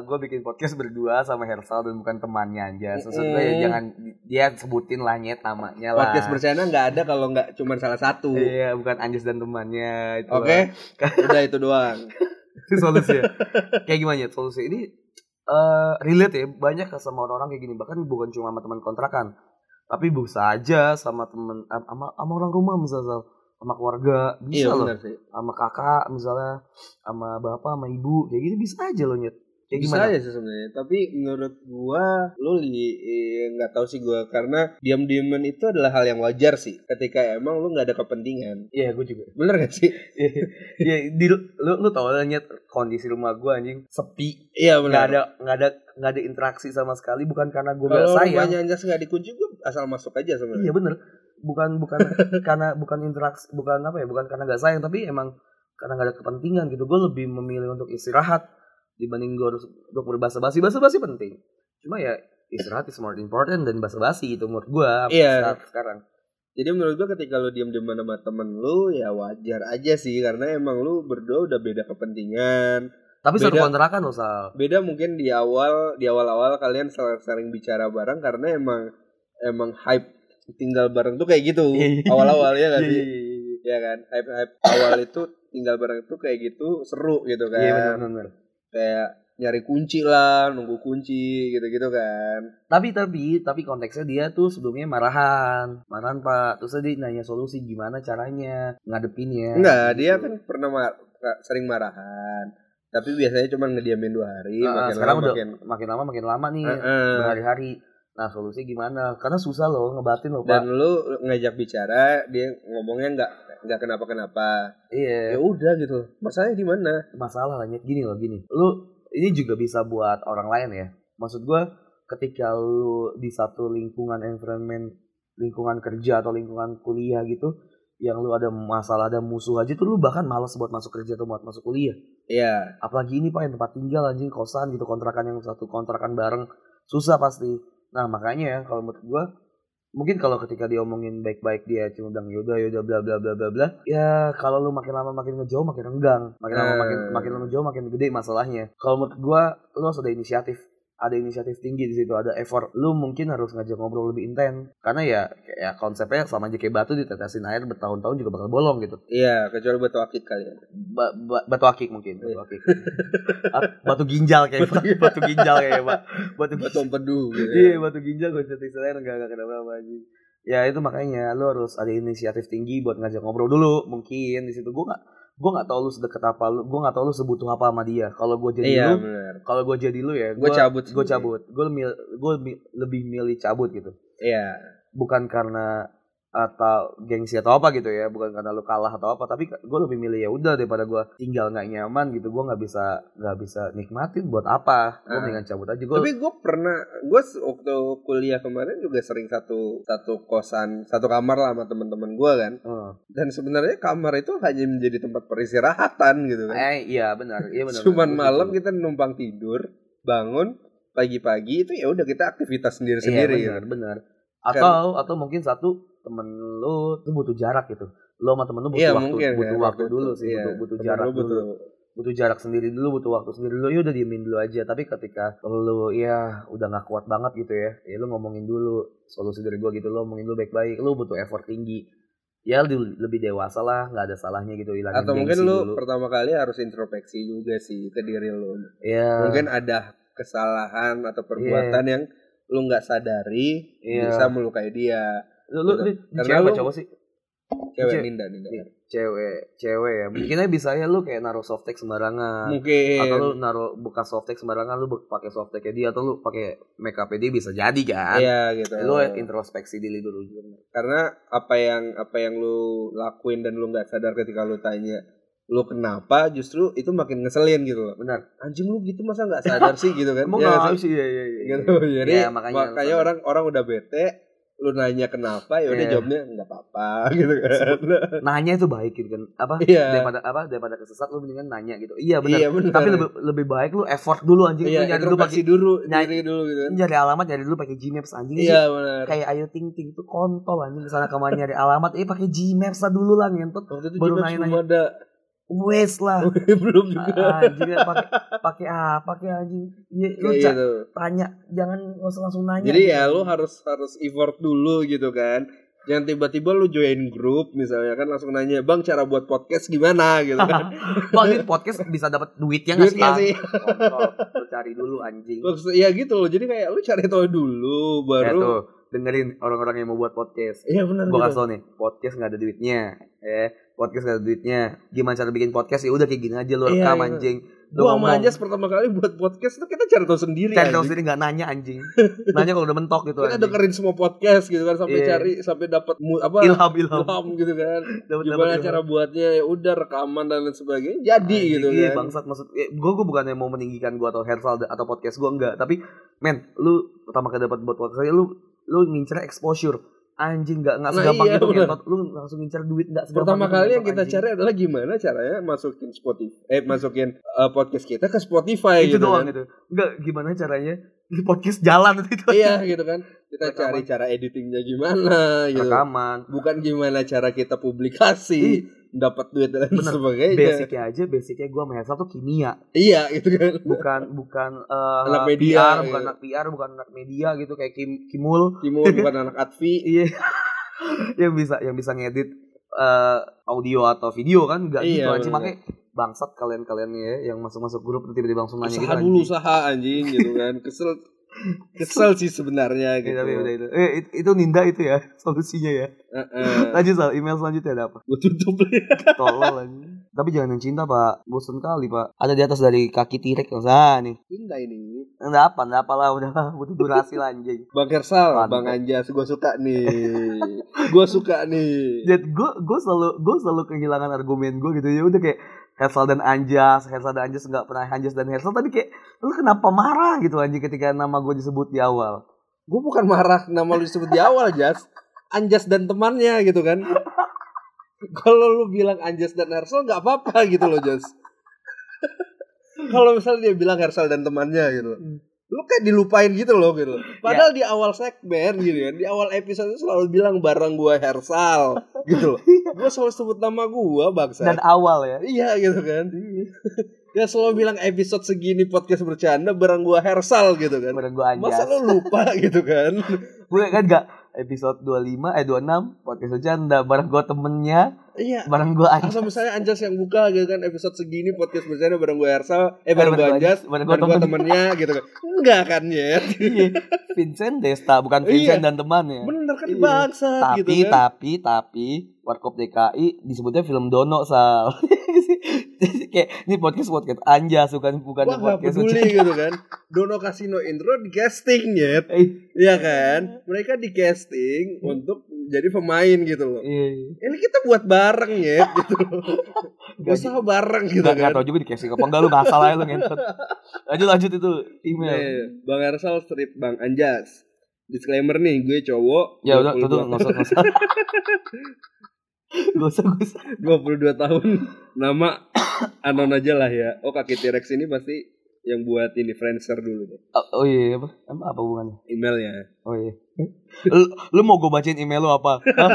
gue bikin podcast berdua sama Hersal dan bukan temannya aja. So, maksud gua ya Mm-mm. jangan dia sebutin lah nyet namanya lah. Podcast bercanda gak ada kalau gak cuman salah satu Iya, bukan Anjas dan temannya itu. lah. Oke Udah itu doang Itu solusi ya. kayak gimana ya solusi ini eh relate ya banyak lah sama orang-orang kayak gini bahkan bukan cuma sama teman kontrakan tapi bisa aja sama temen am- sama sama orang rumah misalnya sama keluarga bisa Iya loh benar sih sama kakak misalnya sama bapak sama ibu kayak gitu bisa aja loh nyet kayak bisa gimana aja sih sebenarnya tapi menurut gua lu li eh, nggak tahu sih gua karena diam-diaman itu adalah hal yang wajar sih ketika emang lu nggak ada kepentingan iya gue juga bener gak sih iya di lu lu tau lah nyet kondisi rumah gue anjing sepi iya nggak benar ada nggak ada nggak ada interaksi sama sekali bukan karena gue nggak kalau sayang rumahnya anjas nggak dikunci gua asal masuk aja sebenarnya Iya bener bukan bukan karena bukan interaksi bukan apa ya bukan karena nggak sayang tapi emang karena nggak ada kepentingan gitu gue lebih memilih untuk istirahat dibanding gue harus untuk berbahasa basi bahasa basi penting cuma ya istirahat is more important dan bahasa basi itu menurut gue Iya. saat sekarang jadi menurut gua ketika lu diam-diaman sama temen lu ya wajar aja sih karena emang lu berdua udah beda kepentingan tapi satu Beda. kontrakan loh sal beda mungkin di awal di awal-awal kalian sering-sering bicara bareng karena emang emang hype tinggal bareng tuh kayak gitu Iya, iya. awal-awal ya kan Iya, sih ya kan hype hype awal itu tinggal bareng tuh kayak gitu seru gitu kan iya bener bener kayak nyari kunci lah nunggu kunci gitu-gitu kan tapi tapi tapi konteksnya dia tuh sebelumnya marahan marahan pak terus dia nanya solusi gimana caranya ngadepinnya gitu. enggak dia kan pernah ma- ka- sering marahan tapi biasanya cuma ngediamin dua hari Ah, makin sekarang lama udah- makin makin lama makin lama nih Eh, eh. berhari-hari. Nah, solusi gimana? Karena susah loh ngebatin loh, dan Pak. lu ngajak bicara dia ngomongnya nggak nggak kenapa-kenapa Iya, ya udah gitu masalahnya di mana masalah lanjut gini loh, gini. Lu ini juga bisa buat orang lain ya. Maksud gua ketika lu di satu lingkungan environment, lingkungan kerja atau lingkungan kuliah gitu, yang lu ada masalah ada musuh aja tuh lu bahkan malas buat masuk kerja atau buat masuk kuliah. Iya, apalagi ini pak yang tempat tinggal anjing kosan gitu kontrakan yang satu kontrakan bareng susah pasti nah makanya ya kalau menurut gua mungkin kalau ketika diomongin baik-baik dia cuma bilang yaudah yaudah bla bla bla bla bla ya kalau lu makin lama makin ngejauh makin renggang makin lama Hmm. makin makin lu ngejauh makin gede masalahnya kalau menurut gua lu harus ada inisiatif ada inisiatif tinggi di situ ada effort lu mungkin harus ngajak ngobrol lebih inten karena ya ya konsepnya sama aja kayak batu ditetesin air bertahun-tahun juga bakal bolong gitu iya kecuali buat wakil kali ya. ba ba- batu akik mungkin Iya. batu akik At- batu ginjal kayak batu, batu ginjal kayak pak batu Batu empedu gitu. iya batu ginjal gue cerita cerita enggak enggak kenapa apa aja ya itu makanya lu harus ada inisiatif tinggi buat ngajak ngobrol dulu mungkin di situ gue nggak gue nggak tau lu sedekat apa lu gue nggak tau lu sebutuh apa sama dia kalau gue jadi Iya, lu benar. kalau gue jadi lu ya Gue cabut. gue sendiri. cabut gue lebih milih cabut gitu Iya. bukan karena atau gengsi atau apa gitu ya bukan karena lu kalah atau apa tapi gue lebih milih ya udah daripada gue tinggal nggak nyaman gitu gue nggak bisa nggak bisa nikmatin buat apa gue Ah. mendingan cabut aja gue Tapi gue pernah, gue waktu kuliah kemarin juga sering satu satu kosan, satu kamar lah sama teman-teman gue kan. Dan sebenarnya kamar itu hanya menjadi tempat peristirahatan gitu kan. eh iya benar iya benar Cuman malam kita numpang tidur, bangun pagi-pagi itu ya udah kita aktivitas sendiri-sendiri. iya, benar gitu. benar atau atau mungkin satu temen lu tuh butuh jarak gitu lo sama temen lu butuh Iya, waktu mungkin butuh kan, waktu waktu dulu itu. sih Iya, butuh butuh temen jarak lu dulu butuh- butuh jarak sendiri dulu butuh waktu sendiri dulu ya udah diemin dulu aja tapi ketika lu ya udah nggak kuat banget gitu ya ya lu ngomongin dulu solusi dari gua gitu lu ngomongin dulu baik-baik lu butuh effort tinggi ya lu lebih dewasa lah nggak ada salahnya gitu hilangin Atau mungkin gengsi lu dulu. pertama kali harus introspeksi juga sih ke diri lu. ya mungkin ada kesalahan atau perbuatan yang lu nggak sadari Iya. bisa melukai dia lu lu, lu Karena cewek apa lu- cowok sih Iya. cewek ninda ninda Iya. cewek cewek ya mungkin aja bisa ya lu kayak naruh softtek Nah, sembarangan mungkin atau lu naruh buka softtek sembarangan lu be- pakai softteknya dia atau lu pakai make upnya dia bisa jadi kan Iya gitu lu introspeksi diri dulu juga karena apa yang apa yang lu lakuin dan lu nggak sadar ketika lu tanya lu kenapa justru itu makin ngeselin gitu loh Benar. anjing lu gitu masa nggak sadar sih gitu kan Emang Iya, nggak sih sih? ya ya ya. gitu jadi Ya, makanya, makanya lu sadar. orang orang udah bete lu nanya kenapa ya udah Iya. jawabnya nggak apa-apa gitu kan nanya itu baik gitu kan apa Iya. daripada apa daripada kesesat lu mendingan nanya gitu iya benar iya benar tapi lebih lebih baik lu effort dulu anjing iya lu nyari dulu pakai introspeksi dulu Nyari- nyari dulu gitu kan nyari alamat nyari dulu pakai Gmaps anjing iya benar kayak ayo ting ting itu kontol anjing kesana kemari nyari alamat eh pakai Gmaps lah dulu lah ngentot waktu itu Baru juga nanya-nanya. belum ada wes lah Ah, belum Oh, juga anjing ya, pakai pakai apa pakai anjing iya lu kayak ca- gitu tanya jangan nggak usah langsung nanya jadi ya lu harus harus effort dulu gitu kan yang tiba-tiba lu join grup misalnya kan langsung nanya bang cara buat podcast gimana gitu kan Bang, ini podcast bisa dapat duit ya nggak Duit sih? nggak Bang? sih? Kontol, lu cari dulu anjing. Maksud- ya gitu loh jadi kayak lu cari tahu dulu Ya baru tuh, dengerin orang-orang yang mau buat podcast. iya benar Gue kasih gitu. tau nih, podcast nggak ada duitnya. Eh, podcast nggak ada duitnya. Gimana cara bikin podcast? Ya udah kayak gini aja lu Iya, rekam iya. anjing. Lu gua sama ngomong. Anjas pertama kali buat podcast tuh kita cari tahu sendiri Cari tahu anjing. sendiri nggak nanya anjing. Nanya kalau udah mentok gitu kita anjing. dengerin semua podcast gitu kan sampai Iya. cari sampai dapat mu- apa Ilham, ilham. ilham gitu kan Dapat gimana cara buatnya ya udah rekaman dan lain sebagainya jadi gitu iya, kan bangsat maksud gue gue bukannya mau meninggikan gue atau Hersal atau podcast gue enggak tapi men lu pertama kali dapat buat podcast aja, lu lu ngincer exposure anjing nggak nggak Nah, segampang iya, itu bener. ngentot. lu langsung ngincer duit nggak segampang pertama itu, kali yang ngentot, kita anjing. cari adalah gimana caranya masukin Spotify eh masukin eh, podcast kita ke Spotify itu gitu doang kan gitu nggak gimana caranya di podcast jalan itu iya gitu kan kita Rekaman. cari cara editingnya gimana gitu rekaman bukan gimana cara kita publikasi dapat duit dan lain Bener. sebagainya basicnya aja basicnya gue sama Hersal tuh kimia iya gitu kan bukan bukan eh, Anak media, PR, bukan gitu. anak PR bukan anak media gitu kayak Kim Kimul Timo bukan anak Advi Iya. yang bisa yang bisa ngedit eh, audio atau video kan enggak Iya, gitu anjing bener. makanya bangsat kalian-kalian ya yang masuk-masuk grup tiba-tiba langsung nanya gitu usaha dulu anjing. usaha anjing gitu kan kesel kesel sih sebenarnya Ya, gitu tapi udah itu. Eh, it- itu ninda itu ya solusinya ya. Heeh. Lanjut Sal, email selanjutnya ada apa? Gua tutup Tolol anjing. Tapi jangan yang cinta, Pak. Bosen kali, Pak. Ada di atas dari kaki tirek nah nih. Cinta ini Enggak apa, enggak apa lah udah butuh durasi lah anjing. Bang Kersal, Mantap. Bang Anjas, gue suka nih, gue suka nih. Dan gue gue selalu gue selalu kehilangan argumen gue gitu ya udah kayak Hersal dan Anjas, Hersal dan Anjas nggak pernah Anjas dan Hersal tapi kayak lu kenapa marah gitu anjing ketika nama gue disebut di awal. Gue bukan marah nama lu disebut di awal, Jas. Anjas dan temannya gitu kan. Kalau lu bilang Anjas dan Hersal nggak apa-apa gitu loh, Jas. Kalau misalnya dia bilang Hersal dan temannya gitu. Hmm. Lu kayak dilupain gitu loh gitu. Ya. Padahal di awal segmen gitu kan, di awal episode selalu bilang bareng gua Hersal gitu loh. Gua selalu sebut nama gua, bangsa. Dan awal ya. Iya gitu kan. Dia selalu bilang episode segini podcast bercanda bareng gua Hersal gitu kan. Bareng gue Masa Anjas. lo lupa gitu kan? Gue kan gak episode 25 eh 26 podcast bercanda bareng gue temennya, Iya. bareng gue Anjas. Atau misalnya Anjas yang buka gitu kan episode segini podcast bercanda bareng gua Hersal, eh bareng gua Anjas, bareng gue bareng gua temen temennya gitu kan. Enggak kan ya. Iya. Vincent Desta bukan Vincent Iya. dan temannya. Bener kan Iya. bangsat gitu tapi kan. tapi tapi Warkop DKI disebutnya film Dono sal Jadi kayak ini podcast podcast anjas bukan bukan Gua gak podcast peduli gitu kan. Dono Kasino Intro di casting ya. Eh, Iya kan? Mereka di casting untuk jadi pemain gitu loh. iya. Ini kita buat bareng ya gitu. Gak- Usaha bareng gitu nggak nggak kan. tau juga di casting apa enggak lu ngasal aja lu ngentot lanjut lanjut itu Iya, email iya. Bang Arsal strip Bang Anjas. Disclaimer nih, gue cowok. ya udah 22 itu nggak usah nggak usah Nggak usah nggak usah 22 tahun. Nama anon aja lah ya. Oh, kaki T-Rex ini pasti yang buat ini Friendster dulu deh. Oh, oh iya apa Emang apa hubungannya Emailnya. oh iya lu, lu mau gue bacain email lu apa Hah?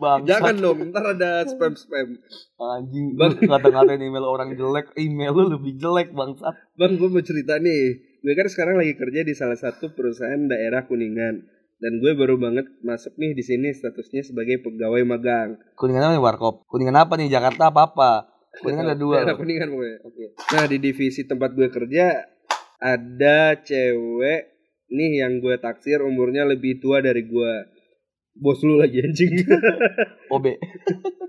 Bangsat Jangan dong, ntar ada spam-spam. anjing lu Bang. ngata-ngatain email orang jelek email lu lebih jelek bangsat Bang, gue mau cerita nih. Gue kan sekarang lagi kerja di salah satu perusahaan daerah Kuningan. Dan gue baru banget masuk nih di sini statusnya sebagai pegawai magang. Kuningan apa nih warkop? Kuningan apa nih? Jakarta apa apa? Kuningan ada dua. loh. Daerah Kuningan pokoknya. Oke. Nah di divisi tempat gue kerja ada cewek nih yang gue taksir umurnya lebih tua dari gue. Bos lu lagi anjing. OB.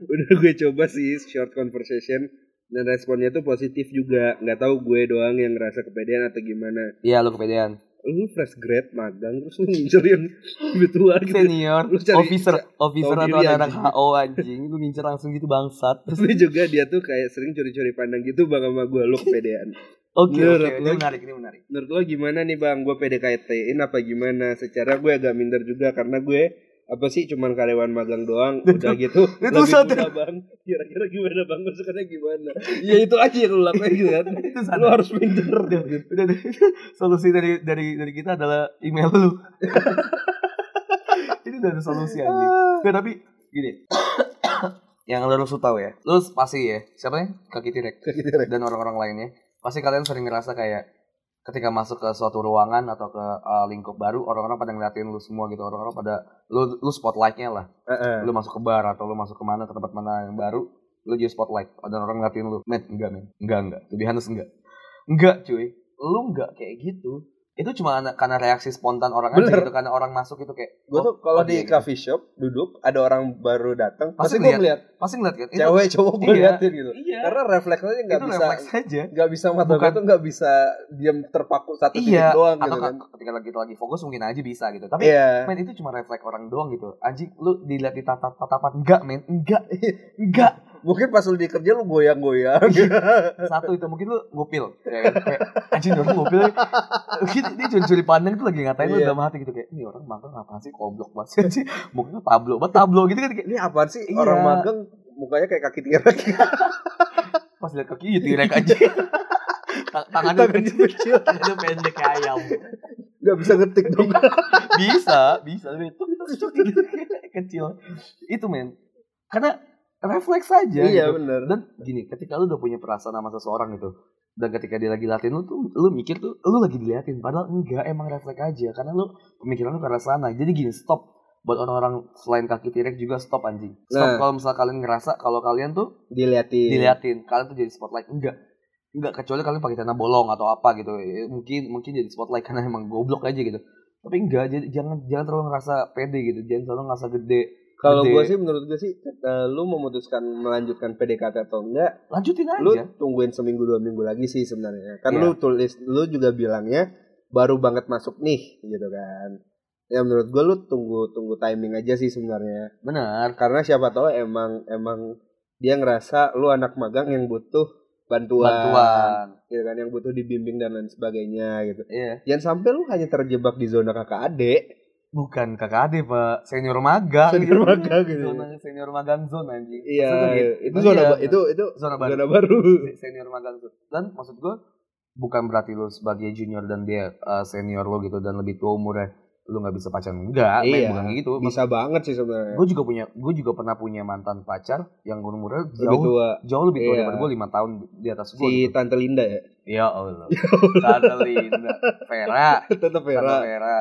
Udah gue coba sih short conversation dan responnya tuh positif juga. Nggak tahu gue doang yang ngerasa kepedean atau gimana. Iya lu kepedean. Lu fresh grad magang terus lu ngincer yang lebih tua gitu. Senior, Lu cari- officer, officer tahu atau diri, anak anjing. HO anjing, lu ngincer langsung gitu bangsat. Tapi juga dia tuh kayak sering curi-curi pandang gitu bang sama gue lu kepedean. Oke, Menurut oke. Ini lo- menarik, ini menarik. Menurut lo gimana nih bang? Gue PDKT-in apa gimana? Secara gue agak minder juga karena gue apa sih cuman karyawan magang doang udah gitu itu Iya, lebih satu. muda, bang kira-kira gimana bang maksudnya gimana ya itu aja yang lo lakuin gitu kan Itu lo sadar. harus minder Udah, udah, udah. Solusi dari dari dari kita adalah email lu. ini udah ada solusi aja. Nggak, tapi gini. yang lo harus tahu ya. Lu pasti ya, siapa ya? Kaki Tirek. dan orang-orang lainnya pasti kalian sering ngerasa kayak ketika masuk ke suatu ruangan atau ke uh, lingkup baru orang-orang pada ngeliatin lu semua gitu orang-orang pada lu lu spotlightnya lah lu masuk ke bar atau lu masuk ke mana ke tempat mana yang baru lu jadi spotlight dan orang ngeliatin lu men enggak men enggak enggak to be honest enggak enggak cuy lu enggak kayak gitu itu cuma ana- karena reaksi spontan orang aja Bener. gitu karena orang masuk itu kayak gue tuh oh, kalau di iya, gitu. coffee shop duduk ada orang baru datang Pasti pasti gue lihat. ngeliat pasti ngeliat kan itu, cewek cowok gue Iya. liatin gitu iya karena refleksnya nggak itu bisa refleks aja nggak bisa mata gue Bukan- tuh nggak bisa diam terpaku satu titik Iya, doang atau gitu kan ka- ketika kita lagi fokus mungkin aja bisa gitu tapi iya men itu cuma refleks orang doang gitu anjing lu dilihat di tatap tatapan enggak men enggak eh, enggak mungkin pas lu di kerja lu goyang-goyang satu itu mungkin lu ngupil kayak, kayak anjing dia orang ngupil ya. mungkin dia curi curi pandang tuh lagi ngatain lu Iya. dalam hati gitu kayak ini orang makan apa sih goblok banget sih mungkin tablo banget tablo gitu kan kayak ini apaan sih Iya. orang magang mukanya kayak kaki tirak pas lihat kaki ya tirek aja Ta- tangannya tangannya kecil tangannya pendek kayak ayam nggak bisa ngetik dong bisa bisa tapi itu kecil itu men karena refleks aja iya gitu. bener dan gini ketika lu udah punya perasaan sama seseorang gitu dan ketika dia lagi latihan lu tuh lu mikir tuh lu lagi diliatin padahal enggak emang refleks aja karena lu pemikiran lu ke arah sana jadi gini stop buat orang-orang selain kaki tirek juga stop anjing stop Nah. Iya. kalau misal kalian ngerasa kalau kalian tuh diliatin diliatin kalian tuh jadi spotlight enggak enggak kecuali kalian pakai celana bolong atau apa gitu Ya, mungkin mungkin jadi spotlight karena emang goblok aja gitu tapi enggak jadi jangan jangan terlalu ngerasa pede gitu jangan terlalu ngerasa gede kalau gede. gue sih menurut gue sih eh, lu memutuskan melanjutkan PDKT atau enggak lanjutin aja lu tungguin seminggu dua minggu lagi sih sebenarnya kan Iya. lu tulis lu juga bilangnya baru banget masuk nih gitu kan ya menurut gue lu tunggu tunggu timing aja sih sebenarnya bener karena siapa tahu emang emang dia ngerasa lu anak magang yang butuh bantuan, bantuan gitu kan yang butuh dibimbing dan lain sebagainya gitu iya jangan sampai lu hanya terjebak di zona kakak adik bukan kakak adik pak senior magang Senior magang, gitu. zona senior magang zone anjing iya Maksud gue gitu. itu zona Iya, ba- itu itu zona baru zona baru senior magang zone dan maksud gue bukan berarti lu sebagai junior dan dia uh, senior lo gitu dan lebih tua umurnya lu nggak bisa pacaran enggak men, Iya, bukan kayak gitu bisa banget sih sebenarnya gue juga punya gue juga pernah punya mantan pacar yang umurnya jauh lebih tua jauh lebih tua Iya. daripada gue lima tahun di atas gue si gitu. tante Linda ya ya allah Catalina Vera tetap Vera. Vera Vera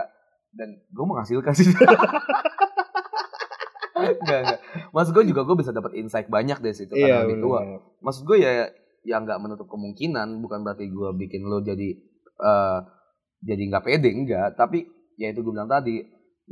dan gue menghasilkan sih Enggak, enggak. Maksud gue juga gue bisa dapat insight banyak dari situ karena lebih tua. Iya, bener. Maksud gue ya ya nggak menutup kemungkinan bukan berarti gue bikin lo jadi eh jadi nggak pede enggak, tapi ya itu gue bilang tadi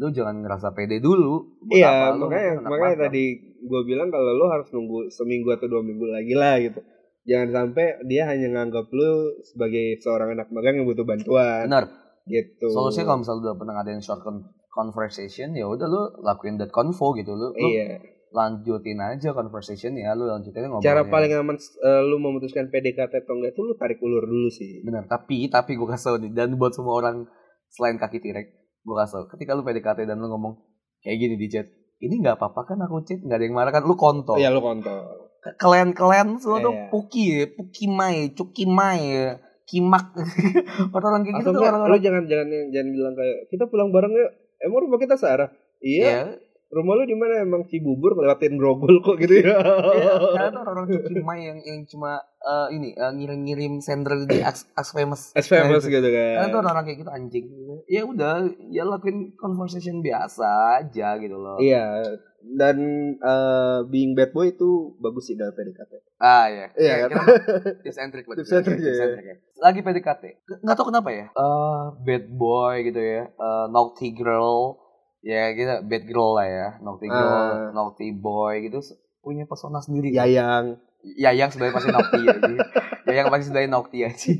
lo jangan ngerasa pede dulu. Buat Iya, apa lo gitu kan, makanya anak makanya magang. tadi gue bilang kalau lu harus nunggu seminggu atau dua minggu lagi lah gitu. Jangan sampai dia hanya nganggap lu sebagai seorang anak magang yang butuh bantuan Benar. gitu. Solusinya kalau misalnya udah pernah ngadain short con- conversation ya udah lo lakuin that convo gitu lo, lo Iya. lanjutin aja conversation ya lo lanjutin ngobrolnya. Cara paling aman eh, lu memutuskan PDKT atau enggak tuh lu tarik ulur dulu sih. Benar, tapi tapi gue kasih tau nih dan buat semua orang selain kaki tirek, gue kasih tau. Ketika lu PDKT dan lu ngomong kayak gini di chat, ini nggak apa-apa kan aku chat nggak ada yang marah kan lu kontol. Iya, lu kontol. Kalian kalian semua tuh Iya. puki ya, puki mai, cuki mai, ya, kimak. orang-orang kayak gitu Atau tuh enggak, lu orang-orang. jangan jangan jangan bilang kayak kita pulang bareng yuk. Emang rumah kita searah? Iya, Iya. rumah lu di mana emang Cibubur ngelewatin Grogol kok gitu Iya, ya. Kalian tuh orang-orang cuki mai yang yang cuma eh, ini eh, ngirim-ngirim sender di Ask Ask famous. As famous Nah, itu. gitu kan. Kalian tuh orang-orang kayak gitu anjing. Ya udah, ya lakuin conversation biasa aja gitu loh. Iya, dan eh, being bad boy itu bagus sih dalam PDKT. Ah ya. Iya, Kayak- kan? kayak tips and trick buat Tips gue. and trick, Tips iya. and trick, ya. Lagi PDKT. Enggak tahu kenapa ya. Eh, bad boy gitu ya. Eh, naughty girl. Ya gitu bad girl lah ya. Naughty girl, Ah. naughty boy gitu se- punya pesona sendiri. Ya, Yayang, yang sebenarnya pasti naughty ya. Ya yang pasti sebenarnya naughty aja.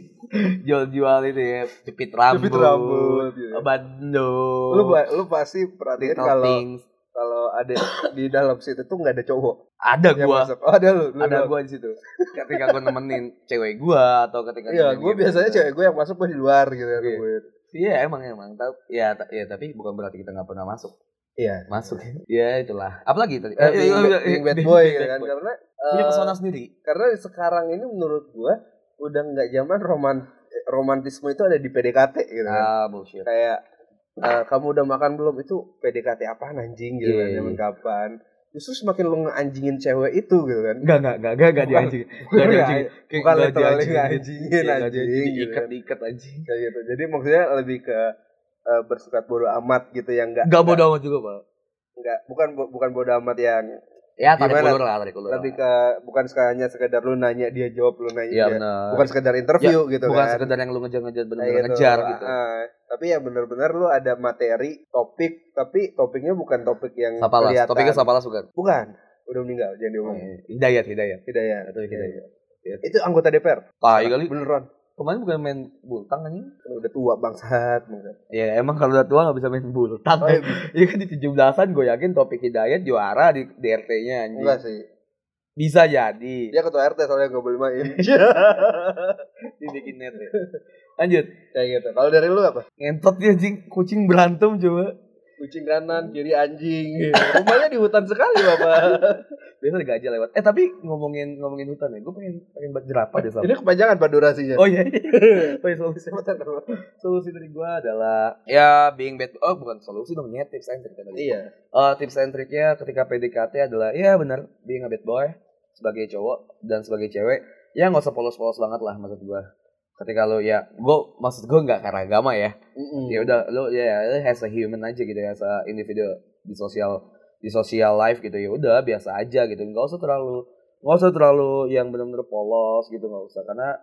Jual-jual itu ya, jepit rambut. jepit rambut. Gitu. Bandung. Lu, ba- lu pasti perhatiin little kalau things. kalau ada di dalam situ tuh nggak ada cowok ada yang gua masuk. Oh, ada lu, lu ada doang. gua di situ ketika gua nemenin cewek gua atau ketika Iya, nemenin gue gitu. biasanya cewek gue yang masuk gue di luar gitu. Iya. nungguin. iya emang emang Ta- ya ta- ya tapi bukan berarti kita nggak pernah masuk Iya. masuk ya itulah apalagi tadi Eh, Eh, being, iya, iya, bad, iya, being bad being boy gitu bad kan boy. karena punya eh, pesona sendiri karena sekarang ini menurut gue udah nggak zaman roman romantisme itu ada di PDKT gitu kan. ah bullshit Kayak eh, kamu udah makan belum itu PDKT apaan anjing gitu kan Iya, zaman iya. kapan. Justru semakin lu ngeanjingin cewek itu gitu kan. Enggak, enggak, enggak, enggak, enggak Bukan- dianjing. Enggak dianjing. Kayak bukan enggak literally dianjing. nganjingin, Iya, enggak anjing, dianjing, gitu. Diikat-ikat anjing. Kayak gitu. Jadi maksudnya lebih ke eh, bersukat bodoh amat gitu yang nggak Enggak bodo amat juga, Pak. nggak- bukan bukan bodoh amat yang Ya, tarik Gimana? ulur lah, tarik ulur. lebih lah. ke bukan hanya sekedar lu nanya dia jawab lu Iya, nanya dia. benar. bukan sekedar interview gitu Bukan kan sekedar yang lu ngejar-ngejar Kayak bener-bener ngejar gitu. Ah, ah. tapi ya benar-benar lu ada materi topik tapi topiknya bukan topik yang Sapalas, kelihatan topiknya Oh, iya. sapalas bukan? Eh, bukan udah meninggal jangan Hmm. diomongin Hidayat, hidayat. tidak ya Atau hidayat. itu anggota DPR Tai Iya. kali. beneran Kemarin bukan main bultang anjing. udah tua bangsat bangsat. Ya, emang kalau udah tua enggak bisa main bultang. oh, iya, Iya kan di 17-an gue yakin topik hidayat juara di DRT-nya anjing. enggak sih Bisa jadi. dia ketua RT soalnya gak boleh main Dibikin net ya. Lanjut. kayak gitu kalau dari lu apa Ngentot dia anjing kucing berantem coba. kucing kanan kiri Iya. anjing rumahnya di hutan sekali bapak biasa ada gajah lewat. Eh tapi ngomongin ngomongin hutan ya, gue pengen pengen buat jerapah deh sama. ini kepanjangan pak durasinya Oh iya, iya. oh iya, solusi solusi dari gue adalah ya being bad. Oh bukan solusi dong, ya tips and trick tadi. iya Eh, tips and triknya ketika PDKT adalah ya benar being a bad boy sebagai cowok dan sebagai cewek ya nggak usah polos-polos banget lah maksud gue. Ketika lo ya, gue maksud gue nggak karena agama ya, Hmm. ya udah lo ya lo as a human aja gitu ya as a individual di sosial di sosial life gitu ya udah biasa aja gitu nggak usah terlalu nggak usah terlalu yang benar-benar polos gitu nggak usah karena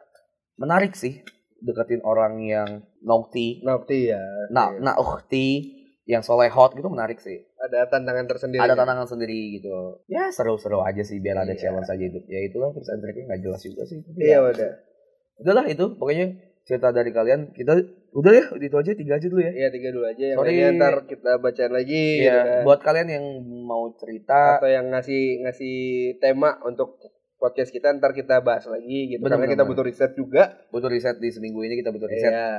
menarik sih deketin orang yang naughty Nafti ya. nah nah yang solehot gitu menarik sih Ada tantangan tersendiri. ada kan? tantangan sendiri gitu ya seru-seru aja sih biar ada Iya. challenge aja hidup ya itulah tips and triknya nggak jelas juga sih Tapi ya, Iya udah. udahlah itu pokoknya cerita dari kalian kita udah ya itu aja tiga aja dulu ya Iya tiga dulu aja. Yang Sorry. lainnya ntar kita bacaan lagi. Iya, gitu kan. buat kalian yang mau cerita Atau yang ngasih ngasih tema untuk podcast kita ntar kita bahas lagi gitu. Benar, Karena benar, kita benar. butuh riset juga. butuh riset di seminggu ini kita butuh riset. Iya.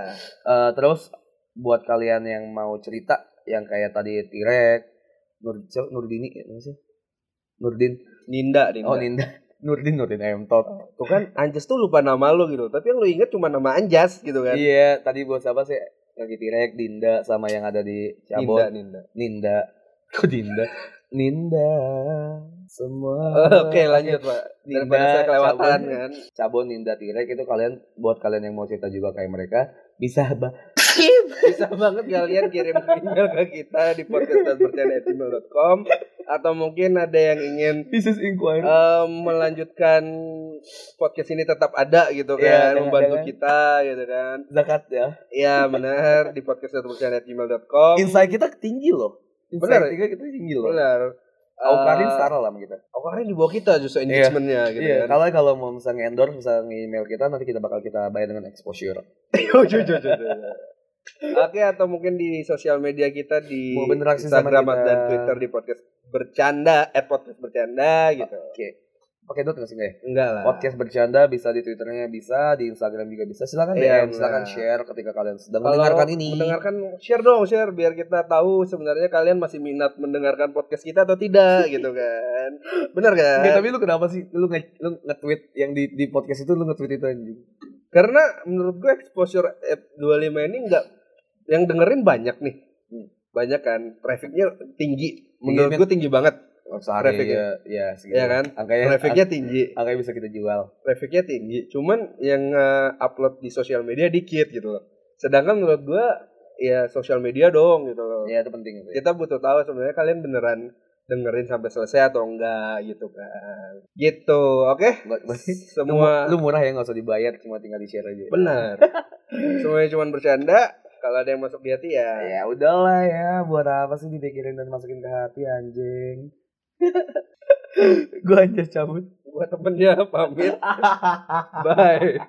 Eh, terus buat kalian yang mau cerita yang kayak tadi Tirek, Nur siapa? Nurdini ya, namanya sih? Nurdin. Ninda, Ninda. Oh, Ninda. Oh. Nurdin Nurdin ayam tot. Tuh kan Anjas tuh lupa nama lu gitu. Tapi yang lu inget cuma nama Anjas gitu kan. Iya, tadi buat siapa sih? Lagi Tirek, Dinda sama yang ada di Ninda, Cabon, Ninda. Ninda. Kok Dinda? Ninda. Semua. Oke lanjut pak. Daripada Ninda, saya kelewatan Cabon. kan. Cabon, Ninda, Tirek itu kalian buat kalian yang mau cerita juga kayak mereka bisa bah bisa banget kalian kirim email ke kita di podcast@percaya@gmail.com atau mungkin ada yang ingin This is inquiry. eh, melanjutkan podcast ini tetap ada gitu kan Iya, jangan- membantu jangan. kita gitu kan zakat ya. ya benar di podcast@percaya@gmail.com Insight kita tinggi loh. Um, Bener. ya? Insight kita, kita tinggi loh. benar Aku Karin Eh, setara lah sama kita. Aku Karin di bawah kita justru engagementnya gitu iya, kan kalau kalau mau misalnya endorse, misalnya email kita nanti kita bakal kita bayar dengan exposure. Yo, yo, yo, yo, yo. Oke atau mungkin di sosial media kita di Mau berinteraksi sama Instagram kita. dan Twitter di podcast bercanda at podcast bercanda gitu Pakai dot nggak sih nggak ya? enggak lah Podcast bercanda bisa di twitternya bisa, di Instagram juga bisa. Silakan Iya, DM, silakan benar. share ketika kalian sedang Kalau mendengarkan ini. Mendengarkan share dong, share biar kita tahu sebenarnya kalian masih minat mendengarkan podcast kita atau tidak gitu kan. Benar kan? Nggak, Eh, tapi lu kenapa sih lu nge lu nge-tweet yang di di podcast itu lu nge-tweet itu anjing. Karena menurut gue exposure app 25 ini enggak yang dengerin banyak nih. Hmm. Iya, Banyak kan, trafficnya tinggi. Menurut Min. gue tinggi banget. Oh, sehari Traffic ya, ya segitu. Iya kan? Angkanya Trafficnya tinggi, angkanya bisa kita jual. trafficnya tinggi. Cuman yang eh, upload di sosial media dikit gitu loh. Sedangkan menurut gue ya sosial media dong gitu loh. Iya, itu penting itu. ya. kita butuh tahu sebenarnya kalian beneran dengerin sampai selesai atau enggak gitu kan gitu oke Buat- buat- semua lu, mu- lu murah ya nggak usah dibayar cuma tinggal di share aja benar semuanya cuma bercanda kalau ada yang masuk di hati ya ya udahlah ya buat apa sih dipikirin dan masukin ke hati anjing gua anjas cabut buat temennya pamit bye